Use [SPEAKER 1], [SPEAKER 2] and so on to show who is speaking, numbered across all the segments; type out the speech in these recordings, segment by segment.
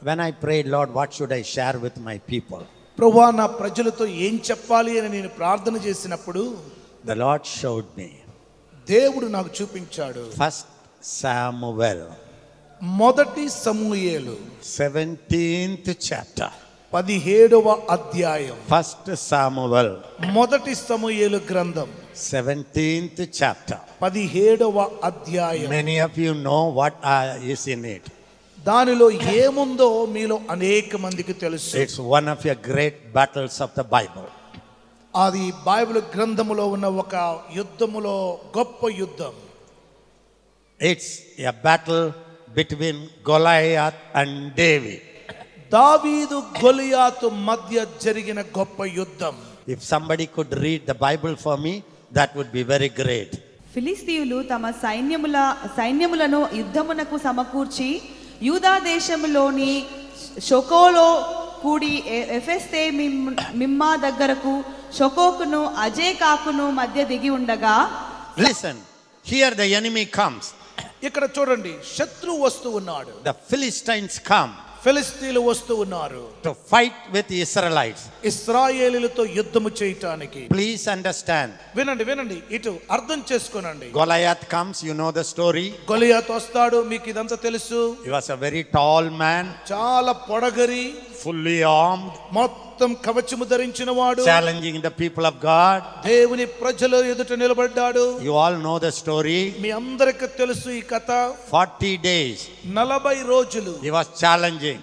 [SPEAKER 1] When I prayed, Lord, what should I share with my people?
[SPEAKER 2] ప్రభువా నా ప్రజలతో ఏం చెప్పాలి అని నేను ప్రార్థన చేసినప్పుడు
[SPEAKER 1] The Lord showed me.
[SPEAKER 2] దేవుడు నాకు చూపించాడు
[SPEAKER 1] First Samuel,
[SPEAKER 2] మొదటి సమూయేలు
[SPEAKER 1] 17th chapter.
[SPEAKER 2] పదిహేడవ అధ్యాయం
[SPEAKER 1] First Samuel,
[SPEAKER 2] మొదటి సమూయేలు గ్రంథం
[SPEAKER 1] 17th chapter.
[SPEAKER 2] పదిహేడవ అధ్యాయం
[SPEAKER 1] Many of you know what uh, is in it.
[SPEAKER 2] దానిలో ఏముందో మీలో అనేక మందికి తెలుసు
[SPEAKER 1] It's one of your great battles of the Bible.
[SPEAKER 2] అది బైబిల్ గ్రంథములో ఉన్న ఒక యుద్ధములో గొప్ప యుద్ధం
[SPEAKER 1] It's a battle between Goliath and David.
[SPEAKER 2] దావీదు గొలియాతు మధ్య జరిగిన గొప్ప యుద్ధం
[SPEAKER 1] If somebody could read the Bible for me, that would be very great.
[SPEAKER 3] ఫిలిస్తీయులు తమ సైన్యముల సైన్యములను యుద్ధమునకు సమకూర్చి యూదా దేశములోని షొకోలో కూడి ఎ- ఎఫెస్తే మిమ్- మిమ్మా దగ్గరకు షొకోకును అజే కాకును మధ్య దిగి ఉండగా
[SPEAKER 1] Listen, here the enemy comes.
[SPEAKER 2] ఇక్కడ చూడండి శత్రువు వస్తూ ఉన్నాడు
[SPEAKER 1] The Philistines come
[SPEAKER 2] ఫిలిస్తీన్లు వస్తూ ఉన్నారు
[SPEAKER 1] to fight with the Israelites.
[SPEAKER 2] ఇస్రాయేలీలతో యుద్ధము చేయటానికి
[SPEAKER 1] Please understand.
[SPEAKER 2] వినండి వినండి ఇటు అర్థం చేసుకోనండి
[SPEAKER 1] Goliath comes, you know the story.
[SPEAKER 2] Goliath వస్తాడు మీకు ఇదంతా తెలుసు
[SPEAKER 1] He was a very tall man,
[SPEAKER 2] చాలా పొడగరి
[SPEAKER 1] fully armed,
[SPEAKER 2] మొత్తం కవచము ధరించిన వాడు
[SPEAKER 1] challenging the people of God.
[SPEAKER 2] దేవుని ప్రజల ఎదుట నిలబడ్డాడు
[SPEAKER 1] You all know the story.
[SPEAKER 2] మీ అందరికి తెలుసు ఈ కథ
[SPEAKER 1] 40 days
[SPEAKER 2] నలభై రోజులు
[SPEAKER 1] he was challenging.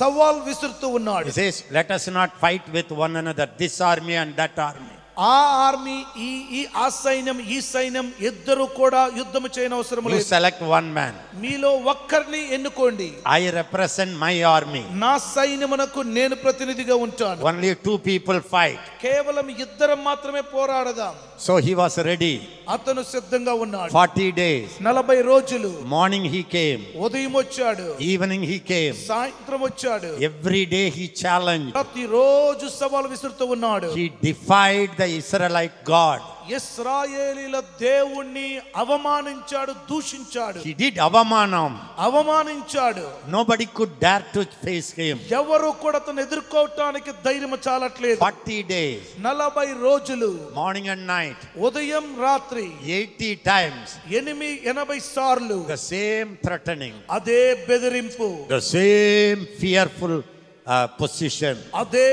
[SPEAKER 2] సవాల్ విసురుతూ
[SPEAKER 1] He
[SPEAKER 2] ఉన్నాడు
[SPEAKER 1] says, Let us not fight with one another, this army and that army.
[SPEAKER 2] ఆ ఆర్మీ ఈ ఈ ఆ సైన్యం ఈ సైన్యం ఇద్దరు కూడా యుద్ధము చేయనవసరం
[SPEAKER 1] You
[SPEAKER 2] లేదు
[SPEAKER 1] select one man.
[SPEAKER 2] మీలో ఒక్కరిని ఎన్నుకోండి
[SPEAKER 1] I represent my army.
[SPEAKER 2] నా సైన్యమునకు నేను ప్రతినిధిగా ఉంటాను
[SPEAKER 1] Only two people fight.
[SPEAKER 2] కేవలం ఇద్దరం మాత్రమే పోరాడదాం
[SPEAKER 1] So he was ready.
[SPEAKER 2] అతను సిద్ధంగా ఉన్నాడు
[SPEAKER 1] 40 days.
[SPEAKER 2] నలభై రోజులు
[SPEAKER 1] Morning he came,
[SPEAKER 2] ఉదయం వచ్చాడు
[SPEAKER 1] evening he came.
[SPEAKER 2] సాయంత్రం వచ్చాడు
[SPEAKER 1] Every day he challenged.
[SPEAKER 2] ప్రతి రోజు సవాలు విసురుతూ ఉన్నాడు
[SPEAKER 1] He defied the Israelite God.
[SPEAKER 2] ఇస్రాయేలీల దేవుణ్ణి అవమానించాడు దూషించాడు
[SPEAKER 1] He did avamanam.
[SPEAKER 2] అవమానించాడు
[SPEAKER 1] Nobody could dare to face him.
[SPEAKER 2] ఎవరు కూడా అతను ఎదుర్కోవటానికి ధైర్యం చాలట్లేదు
[SPEAKER 1] 40 days,
[SPEAKER 2] నలభై రోజులు
[SPEAKER 1] morning and night,
[SPEAKER 2] ఉదయం రాత్రి
[SPEAKER 1] 80 times.
[SPEAKER 2] ఎనిమిది ఎనభై సార్లు
[SPEAKER 1] The same threatening,
[SPEAKER 2] అదే బెదిరింపు
[SPEAKER 1] the same fearful uh, position.
[SPEAKER 2] అదే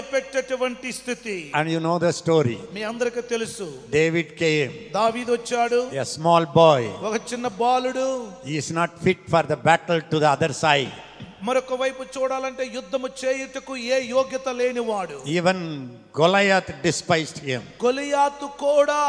[SPEAKER 2] భయపెట్టేటువంటి స్థితి
[SPEAKER 1] And you know the story.
[SPEAKER 2] మీ అందరికీ తెలుసు
[SPEAKER 1] David came,
[SPEAKER 2] దావీదు వచ్చాడు
[SPEAKER 1] a small boy.
[SPEAKER 2] ఒక చిన్న బాలుడు
[SPEAKER 1] He is not fit for the battle to the other side.
[SPEAKER 2] మరొక వైపు చూడాలంటే యుద్ధము చేయుటకు ఏ యోగ్యత లేనివాడు
[SPEAKER 1] Even Goliath despised him.
[SPEAKER 2] గొలియాతు కూడా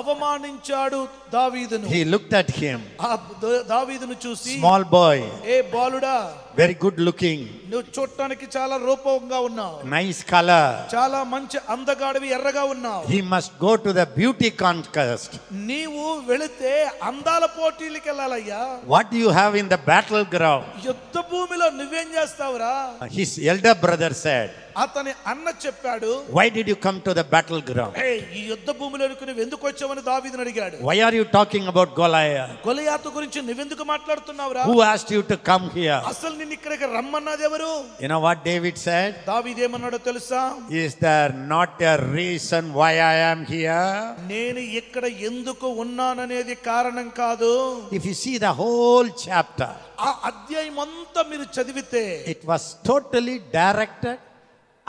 [SPEAKER 2] అవమానించాడు దావీదును
[SPEAKER 1] He looked at him,
[SPEAKER 2] ఆ ద- దావీదును చూసి
[SPEAKER 1] small boy,
[SPEAKER 2] ఏ బాలుడా
[SPEAKER 1] very good looking,
[SPEAKER 2] నువ్వు చూడటానికి చాలా రూపంగా ఉన్నావు
[SPEAKER 1] nice color.
[SPEAKER 2] చాలా మంచి అందగాడివి ఎర్రగా ఉన్నావు
[SPEAKER 1] He must go to the beauty contest.
[SPEAKER 2] నీవు వెళితే అందాల పోటీలకి వెళ్ళాలయ్యా
[SPEAKER 1] What do you have in the battleground?
[SPEAKER 2] యుద్ధ భూమిలో నువ్వేం చేస్తావురా
[SPEAKER 1] His elder brother said,
[SPEAKER 2] అతని అన్న చెప్పాడు
[SPEAKER 1] Why did you come to the battleground?
[SPEAKER 2] "ఏయ్, ఈ యుద్ధ భూమిలోనికి నువ్వు ఎందుకు వచ్చావని దావీదుని అడిగాడు
[SPEAKER 1] Why are you talking about Goliath?
[SPEAKER 2] గొలియాతు గురించి నువ్వెందుకు మాట్లాడుతున్నావురా
[SPEAKER 1] Who asked you to come here?
[SPEAKER 2] అసలు నిన్ను ఇక్కడికి రమ్మన్నది ఎవరు
[SPEAKER 1] You know what David said?
[SPEAKER 2] దావీదేమన్నాడో తెలుసా
[SPEAKER 1] Is there not a reason why I am here?
[SPEAKER 2] నేను ఇక్కడ ఎందుకు ఉన్నాననేది కారణం కాదు
[SPEAKER 1] If you see the whole chapter,
[SPEAKER 2] ఆ అధ్యాయం అంతా మీరు చదివితే
[SPEAKER 1] it was totally directed,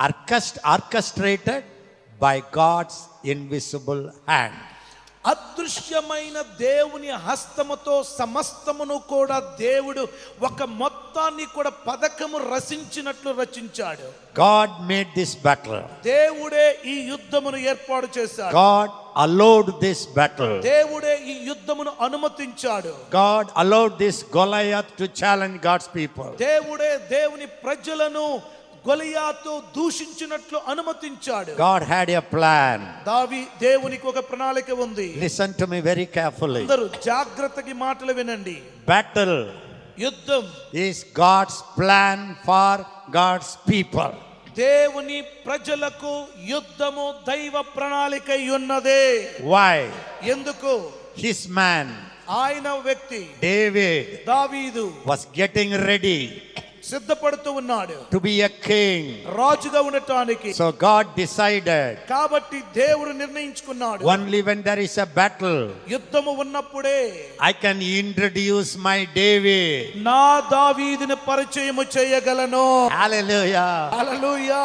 [SPEAKER 1] orchest- orchestrated by God's invisible hand.
[SPEAKER 2] అదృశ్యమైన దేవుని హస్తముతో సమస్తమును కూడా దేవుడు ఒక మొత్తాన్ని కూడా పథకము రచించినట్లు రచించాడు
[SPEAKER 1] God made this battle.
[SPEAKER 2] దేవుడే ఈ యుద్ధమును ఏర్పాటు చేశాడు
[SPEAKER 1] God allowed this battle.
[SPEAKER 2] దేవుడే ఈ యుద్ధమును అనుమతించాడు
[SPEAKER 1] God allowed this Goliath to challenge God's people.
[SPEAKER 2] దేవుడే దేవుని ప్రజలను గొలియాతో దూషించినట్లు అనుమతించాడు
[SPEAKER 1] God had a plan.
[SPEAKER 2] దావి దేవునికి ఒక ప్రణాళిక ఉంది
[SPEAKER 1] Listen to me very carefully.
[SPEAKER 2] అందరూ జాగ్రత్తకి మాటలు వినండి
[SPEAKER 1] Battle
[SPEAKER 2] యుద్ధం
[SPEAKER 1] is God's plan for God's people.
[SPEAKER 2] దేవుని ప్రజలకు యుద్ధము దైవ ప్రణాళిక అయి ఉన్నదే
[SPEAKER 1] Why?
[SPEAKER 2] ఎందుకు
[SPEAKER 1] His man,
[SPEAKER 2] ఆయన వ్యక్తి
[SPEAKER 1] David,
[SPEAKER 2] దావీదు
[SPEAKER 1] was getting ready
[SPEAKER 2] సిద్ధపడుతూ ఉన్నాడు
[SPEAKER 1] to be a king.
[SPEAKER 2] రాజుగా ఉండటానికి
[SPEAKER 1] So God decided
[SPEAKER 2] కాబట్టి దేవుడు నిర్ణయించుకున్నాడు
[SPEAKER 1] only when there is a battle,
[SPEAKER 2] యుద్ధము ఉన్నప్పుడే
[SPEAKER 1] I can introduce my David.
[SPEAKER 2] నా దావీదుని పరిచయము చేయగలను
[SPEAKER 1] Hallelujah.
[SPEAKER 2] Hallelujah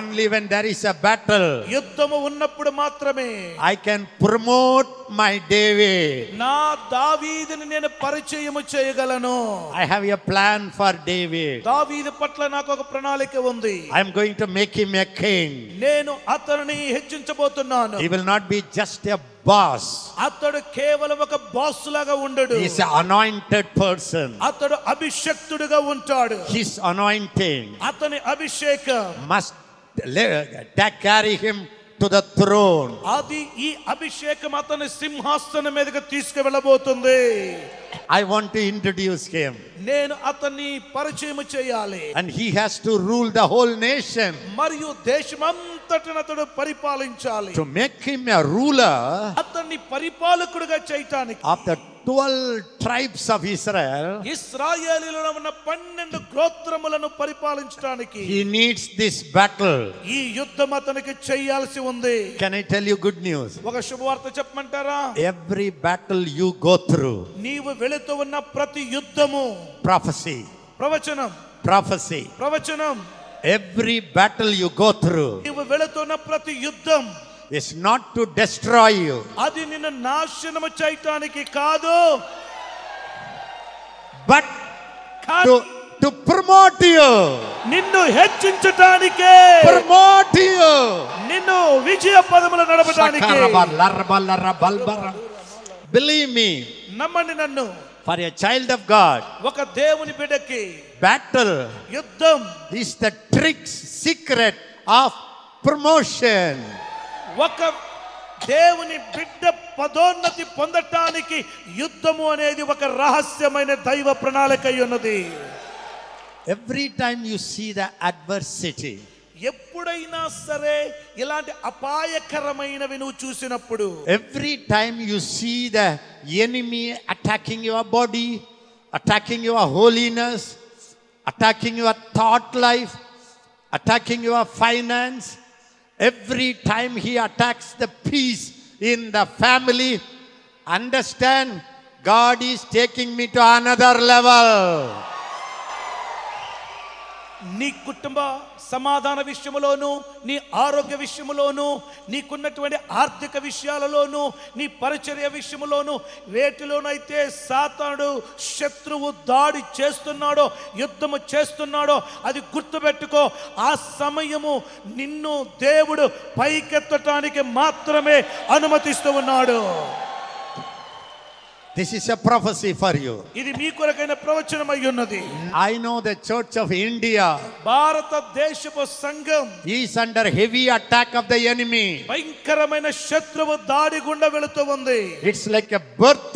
[SPEAKER 1] Only when there is a battle,
[SPEAKER 2] యుద్ధము ఉన్నప్పుడు మాత్రమే
[SPEAKER 1] I can promote my David.
[SPEAKER 2] నా దావీదుని నేను పరిచయము చేయగలను
[SPEAKER 1] I have a plan for David.
[SPEAKER 2] దావీదు పట్ల నాకు ఒక ప్రణాళిక ఉంది
[SPEAKER 1] I am going to make him a king.
[SPEAKER 2] నేను అతనిని హెచ్చించబోతున్నాను
[SPEAKER 1] He will not be just a boss.
[SPEAKER 2] అతడు కేవలం ఒక బాస్ లాగా ఉండడు
[SPEAKER 1] He is an anointed person.
[SPEAKER 2] అతడు అభిషక్తుడుగా ఉంటాడు
[SPEAKER 1] His anointing
[SPEAKER 2] అతని అభిషేకం
[SPEAKER 1] must le- ta- carry him to the throne.
[SPEAKER 2] అది ఈ అభిషేకం అతని సింహాసనం మీదకి తీసుకువెళ్ళబోతుంది
[SPEAKER 1] I want to introduce him.
[SPEAKER 2] నేను అతన్ని పరిచయం చేయాలి
[SPEAKER 1] And he has to rule the whole nation.
[SPEAKER 2] మరియు దేశమంతటిని అతడు పరిపాలించాలి
[SPEAKER 1] To make him a ruler
[SPEAKER 2] అతన్ని పరిపాలకుడిగా చేయటానికి
[SPEAKER 1] of the 12 tribes of Israel,
[SPEAKER 2] ఇస్రాయేలీలో ఉన్న పన్నెండు గోత్రములను పరిపాలించడానికి
[SPEAKER 1] he needs this battle.
[SPEAKER 2] ఈ యుద్ధం అతనికి చేయాల్సి ఉంది
[SPEAKER 1] Can I tell you good news?
[SPEAKER 2] ఒక శుభవార్త చెప్పమంటారా
[SPEAKER 1] Every battle you go through,
[SPEAKER 2] నీవు వెళుతూ ఉన్న ప్రతి యుద్ధము
[SPEAKER 1] prophecy,
[SPEAKER 2] ప్రవచనం
[SPEAKER 1] prophecy.
[SPEAKER 2] ప్రవచనం
[SPEAKER 1] Every battle you go through
[SPEAKER 2] నీవు వెళుతున్న ప్రతి యుద్ధం
[SPEAKER 1] is not to destroy you,
[SPEAKER 2] అది నిన్ను నాశనము చేయటానికి కాదు
[SPEAKER 1] but
[SPEAKER 2] కానీ
[SPEAKER 1] to, to promote you.
[SPEAKER 2] నిన్ను హెచ్చించటానికే
[SPEAKER 1] Promote you.
[SPEAKER 2] నిన్ను విజయ పదములు నడపడానికి
[SPEAKER 1] Believe me,
[SPEAKER 2] నమ్మండి నన్ను
[SPEAKER 1] for a child of God,
[SPEAKER 2] ఒక దేవుని బిడ్డకి
[SPEAKER 1] battle
[SPEAKER 2] యుద్ధం
[SPEAKER 1] is the trick secret of promotion.
[SPEAKER 2] ఒక దేవుని బిడ్డ పదోన్నతి పొందటానికి యుద్ధము అనేది ఒక రహస్యమైన దైవ ప్రణాళిక అయి ఉన్నది
[SPEAKER 1] Every time you see the adversity,
[SPEAKER 2] ఎప్పుడైనా సరే ఇలాంటి అపాయకరమైనవి నువ్వు చూసినప్పుడు
[SPEAKER 1] every time you see the enemy attacking your body, attacking your holiness, attacking your thought life, attacking your finance, every time he attacks the peace in the family, understand God is taking me to another level.
[SPEAKER 2] నీ కుటుంబ సమాధాన విషయంలోను నీ ఆరోగ్య విషయంలోను నీకున్నటువంటి ఆర్థిక విషయాలలోను నీ పరిచర్య విషయంలోను వేటిలోనైతే సాతానుడు శత్రువు దాడి చేస్తున్నాడో యుద్ధము చేస్తున్నాడో అది గుర్తుపెట్టుకో ఆ సమయము నిన్ను దేవుడు పైకెత్తటానికి మాత్రమే అనుమతిస్తూ ఉన్నాడు
[SPEAKER 1] This is a prophecy for you.
[SPEAKER 2] ఇది మీ కొరకైన ప్రవచనం అయి ఉన్నది
[SPEAKER 1] I know the Church of India
[SPEAKER 2] భారతదేశపు సంఘం
[SPEAKER 1] is under heavy attack of the enemy.
[SPEAKER 2] భయంకరమైన శత్రువు దాడి గుండా వెళుతూ ఉంది
[SPEAKER 1] It's like a birth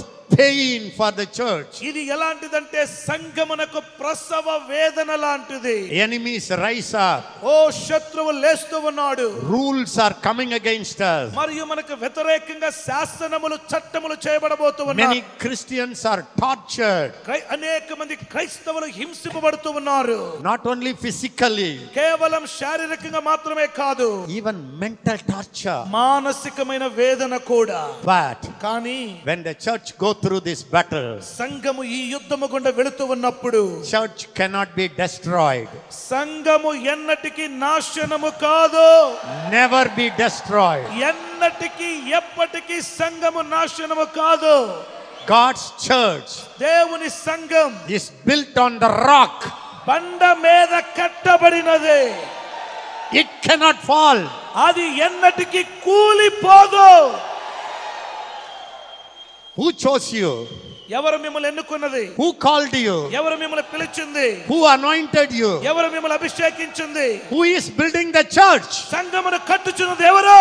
[SPEAKER 1] pain for the church.
[SPEAKER 2] ఇది ఎలాంటిదంటే సంగమనకు ప్రసవ వేదన లాంటిది
[SPEAKER 1] Enemies rise up.
[SPEAKER 2] ఓ శత్రువు లేస్తూ ఉన్నాడు
[SPEAKER 1] Rules are coming against us.
[SPEAKER 2] మరియు మనకు వ్యతిరేకంగా శాసనములు చట్టములు చేయబడబోతూ
[SPEAKER 1] Many
[SPEAKER 2] ఉన్నాయి
[SPEAKER 1] Christians are tortured,
[SPEAKER 2] క్రై- అనేక మంది క్రైస్తవులు హింసింపబడుతూ ఉన్నారు
[SPEAKER 1] not only physically,
[SPEAKER 2] కేవలం శారీరకంగా మాత్రమే కాదు
[SPEAKER 1] even mental torture.
[SPEAKER 2] మానసికమైన వేదన కూడా
[SPEAKER 1] But
[SPEAKER 2] కానీ
[SPEAKER 1] when the church go through this battle,
[SPEAKER 2] సంఘము ఈ యుద్ధము గుండా వెళుతూ ఉన్నప్పుడు
[SPEAKER 1] church cannot be destroyed.
[SPEAKER 2] సంఘము ఎన్నటికీ నాశనము కాదు
[SPEAKER 1] Never be destroyed.
[SPEAKER 2] ఎన్నటికీ ఎప్పటికీ సంఘము నాశనము కాదు
[SPEAKER 1] God's church
[SPEAKER 2] దేవుని సంఘం
[SPEAKER 1] is built on the rock.
[SPEAKER 2] బండ మీద కట్టబడినది
[SPEAKER 1] It cannot fall.
[SPEAKER 2] అది ఎన్నటికీ కూలిపోదు
[SPEAKER 1] Who chose you?
[SPEAKER 2] ఎవరు మిమ్మల్ని ఎన్నుకున్నది
[SPEAKER 1] Who called you?
[SPEAKER 2] ఎవరు మిమ్మల్ని పిలిచింది
[SPEAKER 1] Who anointed you?
[SPEAKER 2] ఎవరు మిమ్మల్ని అభిషేకించింది
[SPEAKER 1] Who is building the church?
[SPEAKER 2] సంఘమును కట్టుచున్నది ఎవరు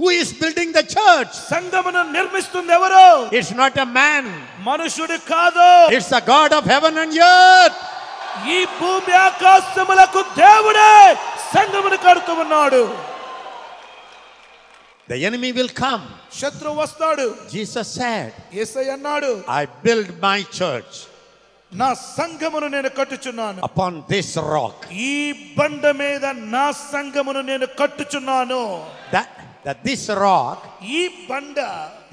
[SPEAKER 1] Who is building the church?
[SPEAKER 2] సంఘమును నిర్మిస్తుంది ఎవరు
[SPEAKER 1] It's not a man.
[SPEAKER 2] మనుషుడు కాదు
[SPEAKER 1] It's the God of heaven and earth.
[SPEAKER 2] ఈ భూమి ఆకాశములకు దేవుడే సంఘమును కడుతూ ఉన్నాడు
[SPEAKER 1] The enemy will come.
[SPEAKER 2] శత్రువు వస్తాడు
[SPEAKER 1] Jesus said,
[SPEAKER 2] ఏసై అన్నాడు
[SPEAKER 1] I build my church.
[SPEAKER 2] నా సంఘమును నేను కట్టుచున్నాను
[SPEAKER 1] Upon this rock,
[SPEAKER 2] ఈ బండ మీద నా సంఘమును నేను కట్టుచున్నాను
[SPEAKER 1] that, that this rock
[SPEAKER 2] ఈ బండ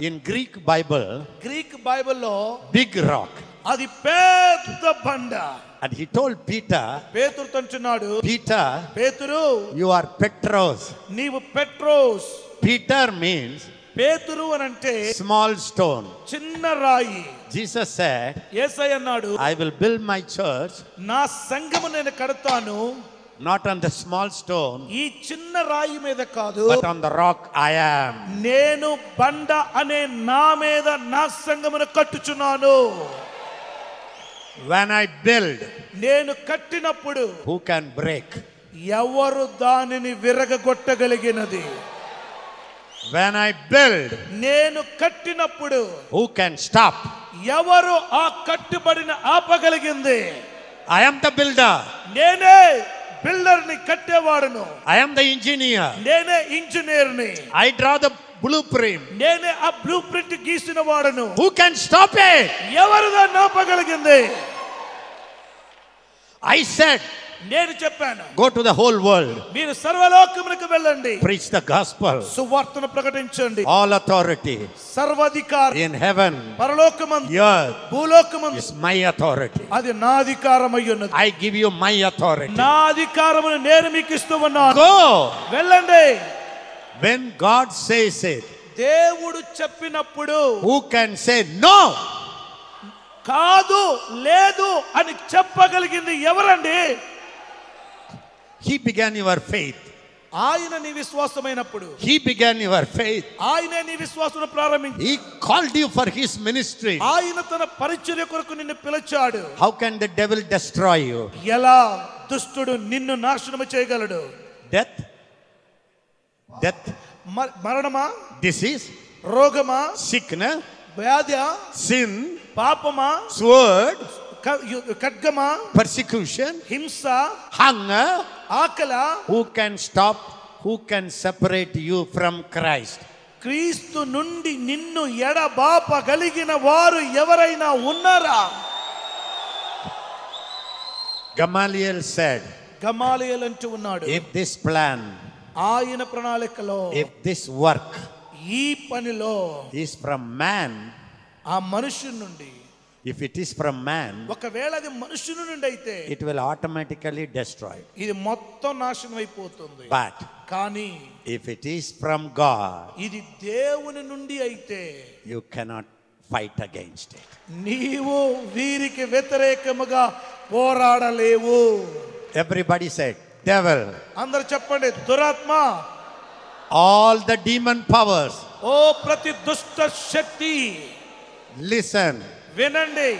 [SPEAKER 1] in Greek Bible,
[SPEAKER 2] గ్రీక్ బైబిల్లో
[SPEAKER 1] big rock.
[SPEAKER 2] అది పెద్ద బండ
[SPEAKER 1] And he told Peter,
[SPEAKER 2] పేతురుతో అంటున్నాడు
[SPEAKER 1] Peter,
[SPEAKER 2] పేతురు
[SPEAKER 1] you are Petros.
[SPEAKER 2] నీవు పెట్రోస్
[SPEAKER 1] Peter means
[SPEAKER 2] పేతురు అని అంటే
[SPEAKER 1] small stone.
[SPEAKER 2] చిన్న రాయి
[SPEAKER 1] Jesus said,
[SPEAKER 2] ఏసై అన్నాడు
[SPEAKER 1] I will build my church
[SPEAKER 2] నా సంఘము నేను కడతాను
[SPEAKER 1] not on the small stone,
[SPEAKER 2] ఈ చిన్న రాయి మీద కాదు
[SPEAKER 1] but on the rock I am.
[SPEAKER 2] నేను బండ అనే నా మీద నా సంఘమును కట్టుచున్నాను
[SPEAKER 1] When I build,
[SPEAKER 2] నేను కట్టినప్పుడు
[SPEAKER 1] who can break?
[SPEAKER 2] ఎవరు దానిని విరగగొట్టగలిగినది
[SPEAKER 1] When I build,
[SPEAKER 2] నేను కట్టినప్పుడు
[SPEAKER 1] who can stop?
[SPEAKER 2] ఎవరు ఆ కట్టుబడిన ఆపగలిగింది
[SPEAKER 1] I am the builder.
[SPEAKER 2] నేనే బిల్డర్ ని కట్టేవాడును
[SPEAKER 1] I am the engineer.
[SPEAKER 2] నేనే ఇంజనీర్ ని
[SPEAKER 1] I draw the blueprint.
[SPEAKER 2] నేనే ఆ బ్లూ ప్రింట్ గీసిన వాడును
[SPEAKER 1] Who can stop it?
[SPEAKER 2] ఎవరు దాన్ని ఆపగలిగింది
[SPEAKER 1] I said,
[SPEAKER 2] నేను చెప్పాను
[SPEAKER 1] go to the whole world,
[SPEAKER 2] మీరు సర్వలోకములకు వెళ్ళండి
[SPEAKER 1] preach the gospel.
[SPEAKER 2] సువార్తను ప్రకటించండి
[SPEAKER 1] All authority
[SPEAKER 2] సర్వాధికారి
[SPEAKER 1] in heaven,
[SPEAKER 2] పరలోకమందు
[SPEAKER 1] earth
[SPEAKER 2] భూలోకమందు
[SPEAKER 1] is my authority.
[SPEAKER 2] అది నా అధికారం అయ్యున్నది
[SPEAKER 1] I give you my authority.
[SPEAKER 2] నా అధికారమును నేను మీకు ఇస్తూ ఉన్నాను
[SPEAKER 1] Go.
[SPEAKER 2] వెళ్ళండి
[SPEAKER 1] When God says it,
[SPEAKER 2] దేవుడు చెప్పినప్పుడు
[SPEAKER 1] who can say no?
[SPEAKER 2] కాదు లేదు అని చెప్పగలిగింది ఎవరండి
[SPEAKER 1] He began your faith.
[SPEAKER 2] ఆయన నీ విశ్వాసమైనప్పుడు
[SPEAKER 1] He began your faith.
[SPEAKER 2] ఆయనే నీ విశ్వాసం ప్రారంభించి
[SPEAKER 1] He called you for his ministry.
[SPEAKER 2] ఆయన తన పరిచర్య కొరకు నిన్ను పిలిచాడు
[SPEAKER 1] How can the devil destroy you?
[SPEAKER 2] ఎలా దుష్టుడు నిన్ను నాశనము చేయగలడు
[SPEAKER 1] Death? Death?
[SPEAKER 2] మ- మరణమా
[SPEAKER 1] Disease?
[SPEAKER 2] రోగమా
[SPEAKER 1] Sickness?
[SPEAKER 2] వ్యాధ్యా
[SPEAKER 1] Sin?
[SPEAKER 2] పాపమా
[SPEAKER 1] Sword?
[SPEAKER 2] క- యు- ఖడ్గమా
[SPEAKER 1] Persecution?
[SPEAKER 2] హింస
[SPEAKER 1] Hunger?
[SPEAKER 2] ఆకల
[SPEAKER 1] Who can stop? Who can separate you from Christ?
[SPEAKER 2] క్రీస్తు నుండి నిన్ను ఎడబాప కలిగిన వారు ఎవరైనా ఉన్నారా
[SPEAKER 1] Gamaliel said,
[SPEAKER 2] గమాలయలంటూ ఉన్నాడు
[SPEAKER 1] if this plan,
[SPEAKER 2] ఆయన ప్రణాళికలో
[SPEAKER 1] if this work
[SPEAKER 2] ఈ పనిలో
[SPEAKER 1] is from man,
[SPEAKER 2] ఆ మనుషుడి నుండి
[SPEAKER 1] if it is from man,
[SPEAKER 2] ఒకవేళ అది మనుషుని నుండి అయితే
[SPEAKER 1] it will automatically destroy.
[SPEAKER 2] ఇది మొత్తం నాశనం అయిపోతుంది
[SPEAKER 1] But
[SPEAKER 2] కానీ
[SPEAKER 1] if it is from God,
[SPEAKER 2] ఇది దేవుని నుండి అయితే
[SPEAKER 1] you cannot fight against it.
[SPEAKER 2] నీవు వీరికి వ్యతిరేకముగా పోరాడలేవు
[SPEAKER 1] Everybody said, devil,
[SPEAKER 2] అందరు చెప్పండి దురాత్మ
[SPEAKER 1] all the demon powers,
[SPEAKER 2] ఓ ప్రతి దుష్ట శక్తి
[SPEAKER 1] listen,
[SPEAKER 2] వినండి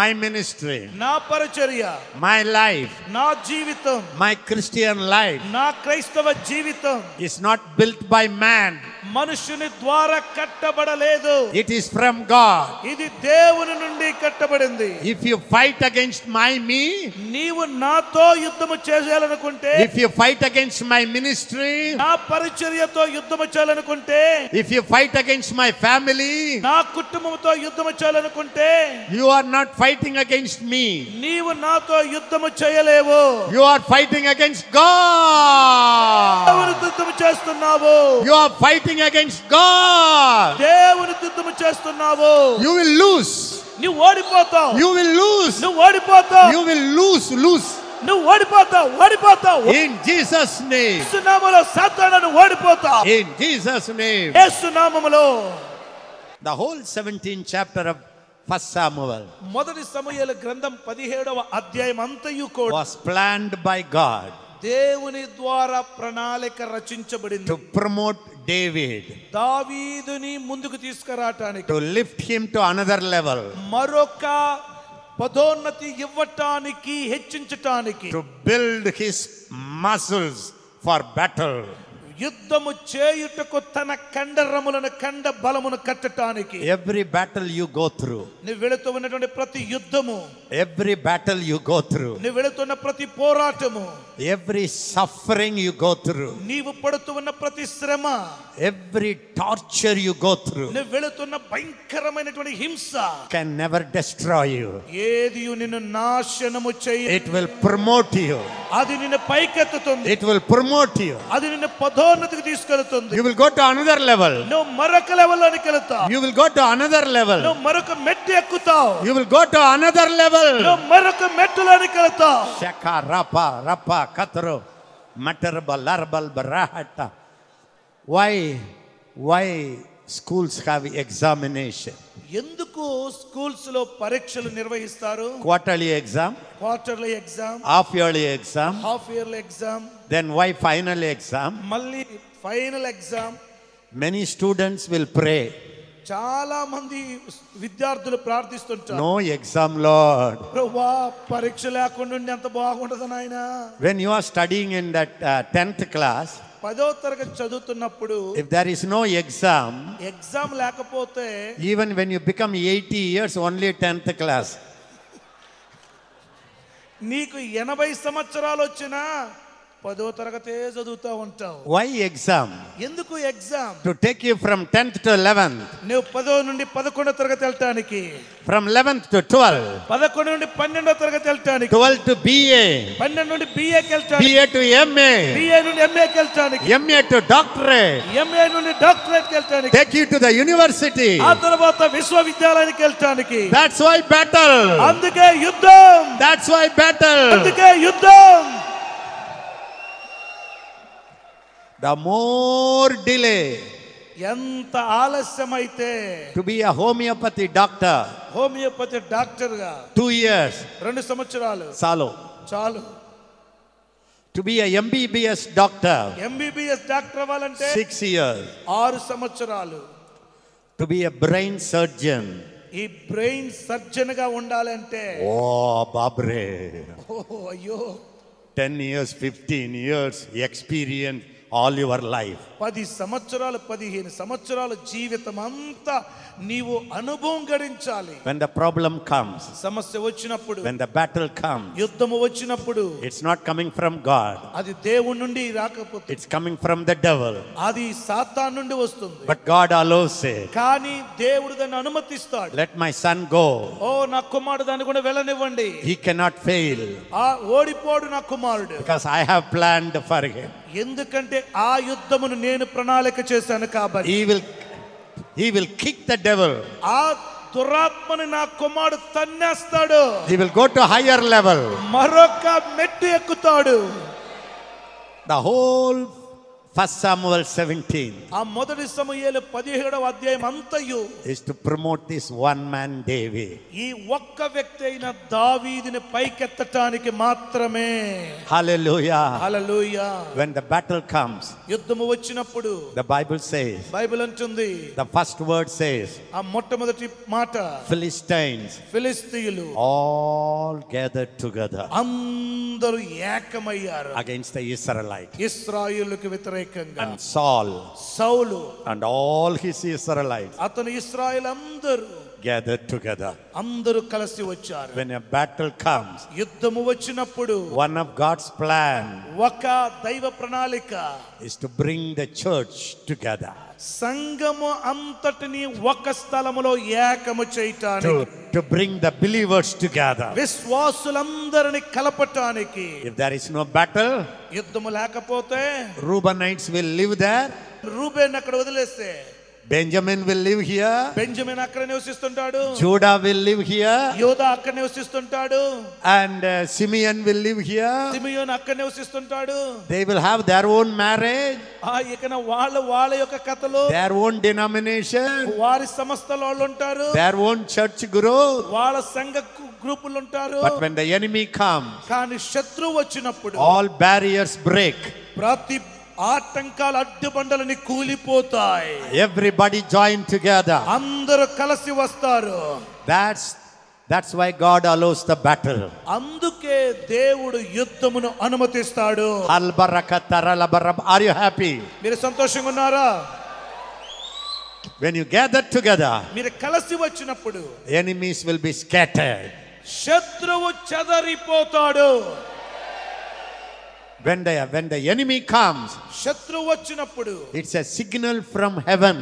[SPEAKER 1] my ministry,
[SPEAKER 2] నా పరిచర్య
[SPEAKER 1] my life,
[SPEAKER 2] నా జీవితం
[SPEAKER 1] my Christian life
[SPEAKER 2] నా క్రైస్తవ జీవితం
[SPEAKER 1] is not built by man,
[SPEAKER 2] మనుషుని ద్వారా కట్టబడలేదు
[SPEAKER 1] it is from God.
[SPEAKER 2] ఇది దేవుని నుండి కట్టబడింది
[SPEAKER 1] If you fight against my me,
[SPEAKER 2] నీవు నాతో యుద్ధము చేయాలనుకుంటే
[SPEAKER 1] If you fight against my ministry,
[SPEAKER 2] నా పరిచర్యతో యుద్ధము చేయాలనుకుంటే
[SPEAKER 1] if you fight against my family,
[SPEAKER 2] నా కుటుంబంతో యుద్ధము చేయాలనుకుంటే
[SPEAKER 1] you are not fighting against me.
[SPEAKER 2] నీవు నాతో యుద్ధము చేయలేవు
[SPEAKER 1] You are fighting against God.
[SPEAKER 2] దేవుని యుద్ధము చేస్తున్నావు
[SPEAKER 1] You are fighting against God.
[SPEAKER 2] దేవుని యుద్ధము చేస్తున్నావు
[SPEAKER 1] You will lose.
[SPEAKER 2] నువ్వు ఓడిపోతావు
[SPEAKER 1] You will lose.
[SPEAKER 2] నువ్వు ఓడిపోతావు
[SPEAKER 1] You will lose. Lose.
[SPEAKER 2] నువ్వు ఓడిపోతావు ఓడిపోతావు
[SPEAKER 1] In Jesus' name.
[SPEAKER 2] యేసు నామములో సాతాను ఓడిపోతావు
[SPEAKER 1] In Jesus' name.
[SPEAKER 2] యేసు నామములో
[SPEAKER 1] The whole 17th chapter of 1 Samuel
[SPEAKER 2] మొదటి సమయాల గ్రంథం పదిహేడవ అధ్యాయం అంతయు కూడా
[SPEAKER 1] was planned by God
[SPEAKER 2] దేవుని ద్వారా ప్రణాళిక రచించబడింది
[SPEAKER 1] to promote David.
[SPEAKER 2] దావీదుని ముందుకు తీసుకురావటానికి
[SPEAKER 1] to lift him to another level,
[SPEAKER 2] మరొక పదోన్నతి ఇవ్వటానికి హెచ్చించటానికి
[SPEAKER 1] to build his muscles for battle.
[SPEAKER 2] యుద్ధము చేయుటకు తన కండరములను కండ బలమును కట్టటానికి
[SPEAKER 1] Every battle you go through,
[SPEAKER 2] నువ్వు వెళుతూ ఉన్నటువంటి ప్రతి యుద్ధము
[SPEAKER 1] every battle you go through,
[SPEAKER 2] నువ్వు వెళుతున్న ప్రతి పోరాటము
[SPEAKER 1] every suffering you go through,
[SPEAKER 2] నీవు పడుతూ ఉన్న ప్రతి శ్రమ
[SPEAKER 1] every torture you go through
[SPEAKER 2] నువ్వు వెళుతున్న భయంకరమైనటువంటి హింస
[SPEAKER 1] can never destroy you.
[SPEAKER 2] ఏది నిన్ను నాశనము చేయ
[SPEAKER 1] It will promote you.
[SPEAKER 2] అది నిన్ను పైకెత్తుతుంది
[SPEAKER 1] It will promote you.
[SPEAKER 2] అది నిన్ను పదోన్నతికి తీసుకెళ్తుంది
[SPEAKER 1] You will go to another level.
[SPEAKER 2] నువ్వు మరొక లెవెల్లోనికి వెళుతావు
[SPEAKER 1] You will go to another level.
[SPEAKER 2] నువ్వు మరొక మెట్టు ఎక్కుతావు
[SPEAKER 1] You will go to another level.
[SPEAKER 2] నువ్వు మరొక మెట్టులోనికి వెళతావు
[SPEAKER 1] Shaka rapa rapa kataro matarba larbal barahata. Why why schools have examination?
[SPEAKER 2] ఎందుకు స్కూల్స్ లో పరీక్షలు నిర్వహిస్తారు
[SPEAKER 1] Quarterly exam,
[SPEAKER 2] quarterly exam
[SPEAKER 1] half yearly exam,
[SPEAKER 2] half yearly exam
[SPEAKER 1] then why final exam?
[SPEAKER 2] మళ్ళీ final exam
[SPEAKER 1] Many students will pray.
[SPEAKER 2] చాలా మంది విద్యార్థులు ప్రార్థిస్తుంటారు
[SPEAKER 1] No exam, Lord.
[SPEAKER 2] "ప్రభువా, పరీక్ష లేకుండా ఉండి ఎంత బాగుండదు నాయన
[SPEAKER 1] When you are studying in that uh, 10th class,
[SPEAKER 2] పదో తరగతి చదువుతున్నప్పుడు
[SPEAKER 1] if there is no exam,
[SPEAKER 2] exam లేకపోతే
[SPEAKER 1] even when you become 80 years, only 10th class.
[SPEAKER 2] నీకు ఎనభై సంవత్సరాలు వచ్చినా పదో తరగతే చదువుతా ఉంటావు
[SPEAKER 1] Why exam?
[SPEAKER 2] ఎందుకు exam
[SPEAKER 1] To take you from 10th to 11th,
[SPEAKER 2] నువ్వు పదో నుండి పదకొండో తరగతి వెళ్ళటానికి
[SPEAKER 1] from 11th to 12th,
[SPEAKER 2] పదకొండు నుండి పన్నెండో తరగతి వెళ్ళటానికి
[SPEAKER 1] 12th to BA,
[SPEAKER 2] పన్నెండు నుండి బిఏకి వెళ్ళటానికి
[SPEAKER 1] BA to MA,
[SPEAKER 2] బిఏ నుండి ఎంఏకి వెళ్ళటానికి
[SPEAKER 1] MA to doctorate,
[SPEAKER 2] ఎంఏ నుండి డాక్టరేట్ వెళ్ళటానికి
[SPEAKER 1] take you to the university.
[SPEAKER 2] ఆ తర్వాత విశ్వవిద్యాలయానికి వెళ్ళటానికి
[SPEAKER 1] That's why battle.
[SPEAKER 2] అందుకే యుద్ధం
[SPEAKER 1] That's why battle.
[SPEAKER 2] అందుకే యుద్ధం
[SPEAKER 1] The more delay
[SPEAKER 2] ఎంత ఆలస్యమైతే
[SPEAKER 1] to be a homeopathy doctor,
[SPEAKER 2] homeopathy doctor గా
[SPEAKER 1] two years,
[SPEAKER 2] రెండు సంవత్సరాలు
[SPEAKER 1] salo.
[SPEAKER 2] చాలు
[SPEAKER 1] To be a MBBS doctor,
[SPEAKER 2] MBBS doctor అవ్వాలంటే
[SPEAKER 1] six years.
[SPEAKER 2] ఆరు సంవత్సరాలు
[SPEAKER 1] To be a brain surgeon,
[SPEAKER 2] ఈ బ్రెయిన్ సర్జన్ గా ఉండాలంటే
[SPEAKER 1] oh, babre.
[SPEAKER 2] ఓహో అయ్యో
[SPEAKER 1] 10 years, 15 years experience all your life.
[SPEAKER 2] పది సంవత్సరాలు పదిహేను సంవత్సరాల జీవితం అంతా నీవు అనుభవం గడించాలి
[SPEAKER 1] When the problem comes,
[SPEAKER 2] సమస్య వచ్చినప్పుడు
[SPEAKER 1] when the battle comes,
[SPEAKER 2] యుద్ధము వచ్చినప్పుడు
[SPEAKER 1] it's not coming from God,
[SPEAKER 2] అది దేవుడి నుండి రాకపోతే
[SPEAKER 1] it's coming from the devil.
[SPEAKER 2] అది సాతాన్ నుండి వస్తుంది
[SPEAKER 1] But God allows it.
[SPEAKER 2] కానీ దేవుడు దాన్ని అనుమతిస్తాడు
[SPEAKER 1] Let my son go.
[SPEAKER 2] ఓ నా కుమారుడు దాన్ని కూడా వెళ్ళనివ్వండి
[SPEAKER 1] He cannot fail
[SPEAKER 2] ఆ ఓడిపోడు నా కుమారుడు
[SPEAKER 1] because I have planned for him.
[SPEAKER 2] ఎందుకంటే ఆ యుద్ధమును నేను ప్రణాళిక చేశాను కాబట్టి
[SPEAKER 1] He will, he will kick the devil.
[SPEAKER 2] ఆ దురాత్మని నా కుమారుడు తన్నేస్తాడు
[SPEAKER 1] He will go to higher level.
[SPEAKER 2] మరొక మెట్టు ఎక్కుతాడు
[SPEAKER 1] The whole First Samuel 17
[SPEAKER 2] ఆ మొదటి సమయాలు పదిహేడవ అధ్యాయం అంతయు
[SPEAKER 1] is to promote this one man David.
[SPEAKER 2] ఈ ఒక్క వ్యక్తి అయిన దావీదిని పైకెత్తటానికి మాత్రమే
[SPEAKER 1] Hallelujah.
[SPEAKER 2] Hallelujah
[SPEAKER 1] When the battle comes,
[SPEAKER 2] యుద్ధము వచ్చినప్పుడు
[SPEAKER 1] the Bible says,
[SPEAKER 2] బైబిల్ అంటుంది
[SPEAKER 1] the first word says,
[SPEAKER 2] ఆ మొట్టమొదటి మాట
[SPEAKER 1] Philistines
[SPEAKER 2] ఫిలిస్తీయులు
[SPEAKER 1] all gathered together
[SPEAKER 2] అందరూ ఏకమయ్యారు
[SPEAKER 1] against the Israelite.
[SPEAKER 2] ఇస్రాయేలుకు వ్యతిరేకంగా
[SPEAKER 1] And Saul
[SPEAKER 2] Saul
[SPEAKER 1] and all his Israelites
[SPEAKER 2] అతను ఇస్రాయేల్ అందరూ
[SPEAKER 1] gathered together.
[SPEAKER 2] అందరూ కలిసి వచ్చారు
[SPEAKER 1] When a battle comes,
[SPEAKER 2] యుద్ధము వచ్చినప్పుడు
[SPEAKER 1] one of God's plan
[SPEAKER 2] ఒక దైవ ప్రణాళిక
[SPEAKER 1] is to bring the church together,
[SPEAKER 2] సంఘము అంతటిని ఒక స్థలములో ఏకము చేయటానికి
[SPEAKER 1] to, to bring the believers together.
[SPEAKER 2] విశ్వాసులందరిని కలపటానికి
[SPEAKER 1] If there is no battle,
[SPEAKER 2] యుద్ధము లేకపోతే
[SPEAKER 1] Reubenites will live there,
[SPEAKER 2] Reuben అక్కడ వదిలేస్తే
[SPEAKER 1] Benjamin will live here,
[SPEAKER 2] Benjamin అక్కడ నివసిస్తుంటాడు
[SPEAKER 1] Judah will live here,
[SPEAKER 2] యోధ అక్కడ నివసిస్తుంటాడు
[SPEAKER 1] and uh, Simeon will live here.
[SPEAKER 2] Simeon అక్కడ నివసిస్తుంటాడు
[SPEAKER 1] They will have their own marriage,
[SPEAKER 2] ఆ ఇకన వాళ్ళ వాళ్ళ యొక్క కథలు
[SPEAKER 1] their own denomination,
[SPEAKER 2] వారి సంస్థల వాళ్ళు ఉంటారు
[SPEAKER 1] their own church growth.
[SPEAKER 2] వాళ్ళ సంఘ గు- గ్రూపులు ఉంటారు
[SPEAKER 1] But when the enemy comes,
[SPEAKER 2] కానీ శత్రువు వచ్చినప్పుడు
[SPEAKER 1] all barriers break.
[SPEAKER 2] ప్రతి ఆటంకాల అడ్డుబండలని కూలిపోతాయి
[SPEAKER 1] Everybody join together.
[SPEAKER 2] అందరూ కలిసి వస్తారు
[SPEAKER 1] That's That's why God allows the battle.
[SPEAKER 2] అందుకే దేవుడు యుద్ధమును అనుమతిస్తాడు
[SPEAKER 1] Halbarakataralabarab. Are you happy?
[SPEAKER 2] మీరు సంతోషంగా ఉన్నారా
[SPEAKER 1] When you gather together,
[SPEAKER 2] మీరు కలిసి వచ్చినప్పుడు
[SPEAKER 1] enemies will be scattered.
[SPEAKER 2] శత్రువు చెదరిపోతాడు
[SPEAKER 1] When the, when the enemy comes,
[SPEAKER 2] శత్రువు వచ్చినప్పుడు
[SPEAKER 1] it's a signal from heaven.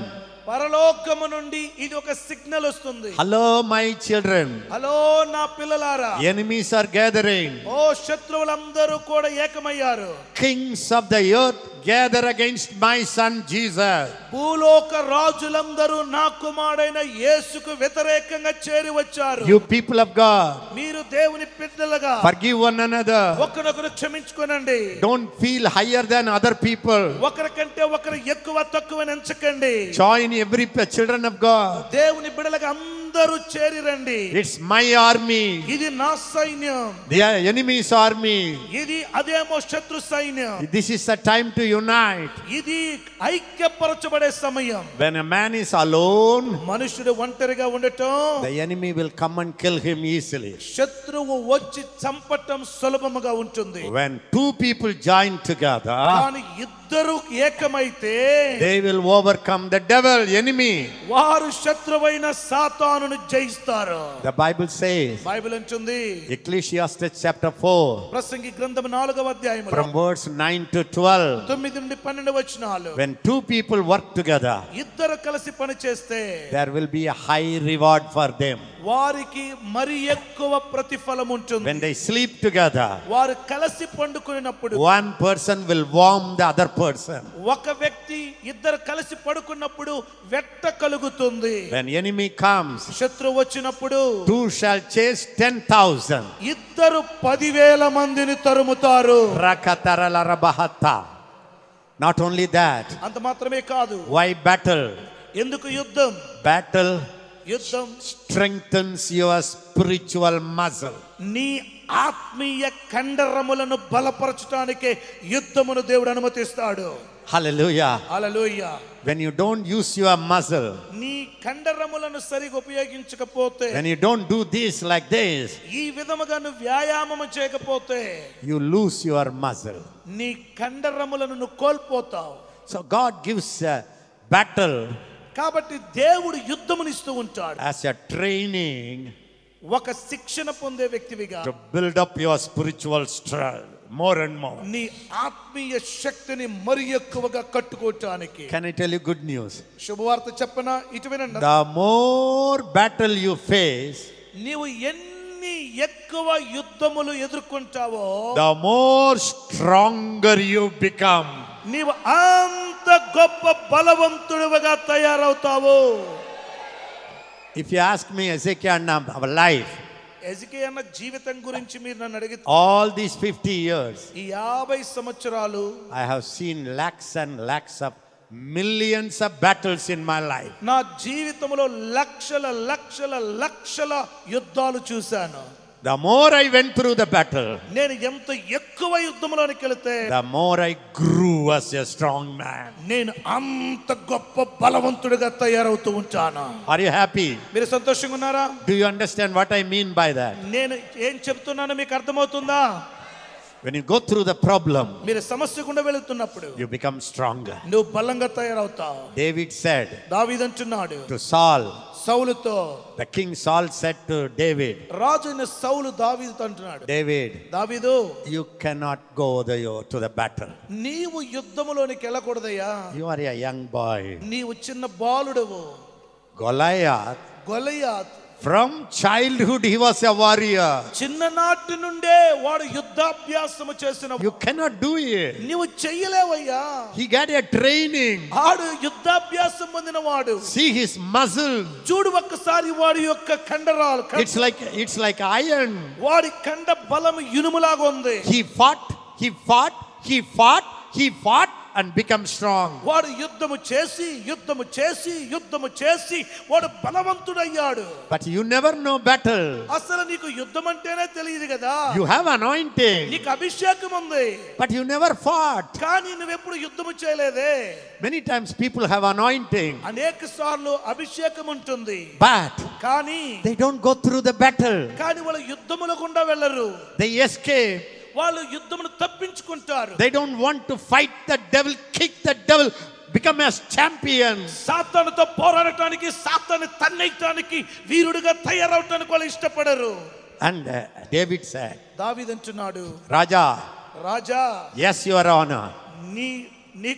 [SPEAKER 2] పరలోకము నుండి ఇది ఒక సిగ్నల్ వస్తుంది
[SPEAKER 1] Hello, my children.
[SPEAKER 2] హలో నా పిల్లలారా
[SPEAKER 1] Enemies are gathering.
[SPEAKER 2] ఓ శత్రువులందరూ కూడా ఏకమయ్యారు
[SPEAKER 1] Kings of the earth gather against my son Jesus.
[SPEAKER 2] భూలోక రాజులందరూ నా కుమారుడైన యేసుకు వ్యతిరేకంగా చేరి వచ్చారు
[SPEAKER 1] You people of God,
[SPEAKER 2] మీరు దేవుని పిల్లలుగా
[SPEAKER 1] forgive one another.
[SPEAKER 2] ఒకరినొకరు క్షమించుకోనండి
[SPEAKER 1] Don't feel higher than other people.
[SPEAKER 2] ఒకరికంటే ఒకరు ఎక్కువ తక్కువ ఎంచకండి
[SPEAKER 1] Join every p- children of God.
[SPEAKER 2] దేవుని బిడలకు అందరూ చేరి రండి
[SPEAKER 1] It's my army,
[SPEAKER 2] ఇది నా సైన్యం
[SPEAKER 1] the enemy's army.
[SPEAKER 2] ఇది అదేమో శత్రు సైన్యం
[SPEAKER 1] This is the time to unite.
[SPEAKER 2] ఇది ఐక్యపరచబడే సమయం
[SPEAKER 1] When a man is alone,
[SPEAKER 2] మనుషుడు ఒంటరిగా ఉండటం
[SPEAKER 1] the enemy will come and kill him easily.
[SPEAKER 2] శత్రువు వచ్చి చంపటం సులభముగా ఉంటుంది
[SPEAKER 1] When two people join together,
[SPEAKER 2] కానీ ఇద్దరు ఏకమైతే
[SPEAKER 1] they will overcome the devil, enemy.
[SPEAKER 2] వారు శత్రువైన సాతానును జయిస్తారు
[SPEAKER 1] The Bible says,
[SPEAKER 2] బైబిల్ అంటుంది
[SPEAKER 1] Ecclesiastes chapter 4,
[SPEAKER 2] ప్రసంగి గ్రంథం నాలుగవ అధ్యాయం
[SPEAKER 1] from verse 9 to 12.
[SPEAKER 2] తొమ్మిది నుండి పన్నెండు వచనాలు
[SPEAKER 1] When two people work together,
[SPEAKER 2] ఇద్దరు కలిసి పని చేస్తే
[SPEAKER 1] there will be a high reward for them.
[SPEAKER 2] వారికి మరి ఎక్కువ ప్రతిఫలం
[SPEAKER 1] When
[SPEAKER 2] ఉంటుంది
[SPEAKER 1] they sleep together,
[SPEAKER 2] వారు కలిసి పండుకున్నప్పుడు
[SPEAKER 1] one person will warm the other person.
[SPEAKER 2] ఒక వ్యక్తి ఇద్దరు కలిసి పడుకున్నప్పుడు వెట్ట కలుగుతుంది
[SPEAKER 1] When enemy comes,
[SPEAKER 2] శత్రువు వచ్చినప్పుడు
[SPEAKER 1] two shall chase 10,000.
[SPEAKER 2] ఇద్దరు పదివేల మందిని తరుముతారు
[SPEAKER 1] Rakataralarabahatta. Not only that,
[SPEAKER 2] అంత మాత్రమే కాదు
[SPEAKER 1] why battle?
[SPEAKER 2] ఎందుకు యుద్ధం
[SPEAKER 1] Battle
[SPEAKER 2] యుద్ధం
[SPEAKER 1] strengthens your spiritual muscle.
[SPEAKER 2] నీ ఆత్మీయ కండరములను బలపరచటానికే యుద్ధమును దేవుడు అనుమతిస్తాడు
[SPEAKER 1] Hallelujah.
[SPEAKER 2] అలలోయ
[SPEAKER 1] When you don't use your muscle,
[SPEAKER 2] నీ కండరములను సరిగా ఉపయోగించకపోతే
[SPEAKER 1] when you don't do this like this,
[SPEAKER 2] ఈ విధముగా నువ్వు వ్యాయామము చేయకపోతే
[SPEAKER 1] you lose your muscle.
[SPEAKER 2] నీ కండరములను నువ్వు కోల్పోతావు
[SPEAKER 1] So God gives a battle
[SPEAKER 2] కాబట్టి దేవుడు యుద్ధమునిస్తూ ఉంటాడు
[SPEAKER 1] as a training
[SPEAKER 2] ఒక శిక్షణ పొందే వ్యక్తివిగా
[SPEAKER 1] to build up your spiritual strength more and more.
[SPEAKER 2] నీ ఆత్మీయ శక్తిని మరి ఎక్కువగా కట్టుకోవటానికి
[SPEAKER 1] Can I tell you good news?
[SPEAKER 2] శుభవార్త చెప్పనా ఇటు వినండి
[SPEAKER 1] The more battle you face,
[SPEAKER 2] నీవు ఎన్ని ఎక్కువ యుద్ధములు ఎదుర్కొంటావో
[SPEAKER 1] the more stronger you become.
[SPEAKER 2] నీవు అంత గొప్ప బలవంతుడిగా తయారవుతావు
[SPEAKER 1] If you ask me, Ezekiel, and our life,
[SPEAKER 2] ఎజికే అన్న జీవితం గురించి మీరు నన్ను అడిగితే
[SPEAKER 1] all these 50 years,
[SPEAKER 2] ఈ యాభై సంవత్సరాలు
[SPEAKER 1] I have seen lakhs and lakhs of millions of battles in my life.
[SPEAKER 2] నా జీవితంలో లక్షల లక్షల లక్షల యుద్ధాలు చూశాను
[SPEAKER 1] The more I went through the battle,
[SPEAKER 2] నేను ఎంత ఎక్కువ యుద్ధంలోనికి వెళితే
[SPEAKER 1] the more I grew as a strong man.
[SPEAKER 2] నేను అంత గొప్ప బలవంతుడిగా తయారవుతూ ఉంటాను
[SPEAKER 1] Are you happy?
[SPEAKER 2] మీరు సంతోషంగా ఉన్నారా
[SPEAKER 1] Do you understand what I mean by that?
[SPEAKER 2] నేను ఏం చెప్తున్నానో మీకు అర్థమవుతుందా
[SPEAKER 1] When you go through the problem,
[SPEAKER 2] మీరు సమస్య గుండా వెళుతున్నప్పుడు
[SPEAKER 1] you become stronger.
[SPEAKER 2] నువ్వు బలంగా తయారవుతావు
[SPEAKER 1] David said
[SPEAKER 2] దావీదంటున్నాడు
[SPEAKER 1] to Saul,
[SPEAKER 2] సౌలుతో
[SPEAKER 1] the king Saul said to David,
[SPEAKER 2] రాజు అయిన సౌలు దావీదుతో అంటున్నాడు
[SPEAKER 1] David,
[SPEAKER 2] దావీదు
[SPEAKER 1] you cannot go the, to the battle.
[SPEAKER 2] నీవు యుద్ధములోనికి వెళ్ళకూడదయ్యా
[SPEAKER 1] You are a young boy.
[SPEAKER 2] నీవు చిన్న బాలుడవు
[SPEAKER 1] Goliath,
[SPEAKER 2] Goliath
[SPEAKER 1] from childhood, he was a warrior.
[SPEAKER 2] చిన్ననాటి నుండే వాడు యుద్ధాభ్యాసము చేసిన
[SPEAKER 1] You cannot do it.
[SPEAKER 2] నీవు చెయ్యలేవయ్యా
[SPEAKER 1] He got a training.
[SPEAKER 2] ఆడు యుద్ధాభ్యాసం పొందిన వాడు
[SPEAKER 1] See his muscle.
[SPEAKER 2] చూడు ఒక్కసారి వాడి యొక్క కండరాలు కం-
[SPEAKER 1] It's like it's like iron.
[SPEAKER 2] వాడి కండ బలం ఇనుములాగా ఉంది
[SPEAKER 1] He fought, he fought, he fought, he fought, and become strong.
[SPEAKER 2] వాడు యుద్ధము చేసి యుద్ధము చేసి యుద్ధము చేసి వాడు బలవంతుడయ్యాడు
[SPEAKER 1] But you never know battle.
[SPEAKER 2] అసలు నీకు యుద్ధం అంటేనే తెలియదు కదా
[SPEAKER 1] You have anointing,
[SPEAKER 2] నీకు అభిషేకం ఉంది
[SPEAKER 1] but you never fought.
[SPEAKER 2] కానీ నువ్వెప్పుడు యుద్ధము చేయలేదే
[SPEAKER 1] Many times people have anointing,
[SPEAKER 2] అనేక సార్లు అభిషేకం ఉంటుంది
[SPEAKER 1] but
[SPEAKER 2] కానీ
[SPEAKER 1] They don't go through the battle.
[SPEAKER 2] కానీ వాళ్ళు యుద్ధముల గుండా వెళ్ళరు
[SPEAKER 1] They escape.
[SPEAKER 2] వాళ్ళు యుద్ధమును తప్పించుకుంటారు
[SPEAKER 1] They don't want to fight the devil, kick the devil, become as champions.
[SPEAKER 2] సాతానుతో పోరాడటానికి సాతాను తన్నేయటానికి వీరుడిగా తయారవటానికి వాళ్ళు ఇష్టపడరు
[SPEAKER 1] And uh, David said,
[SPEAKER 2] దావిదంటున్నాడు
[SPEAKER 1] Raja,
[SPEAKER 2] రాజా
[SPEAKER 1] yes, your honor,
[SPEAKER 2] నీ నీ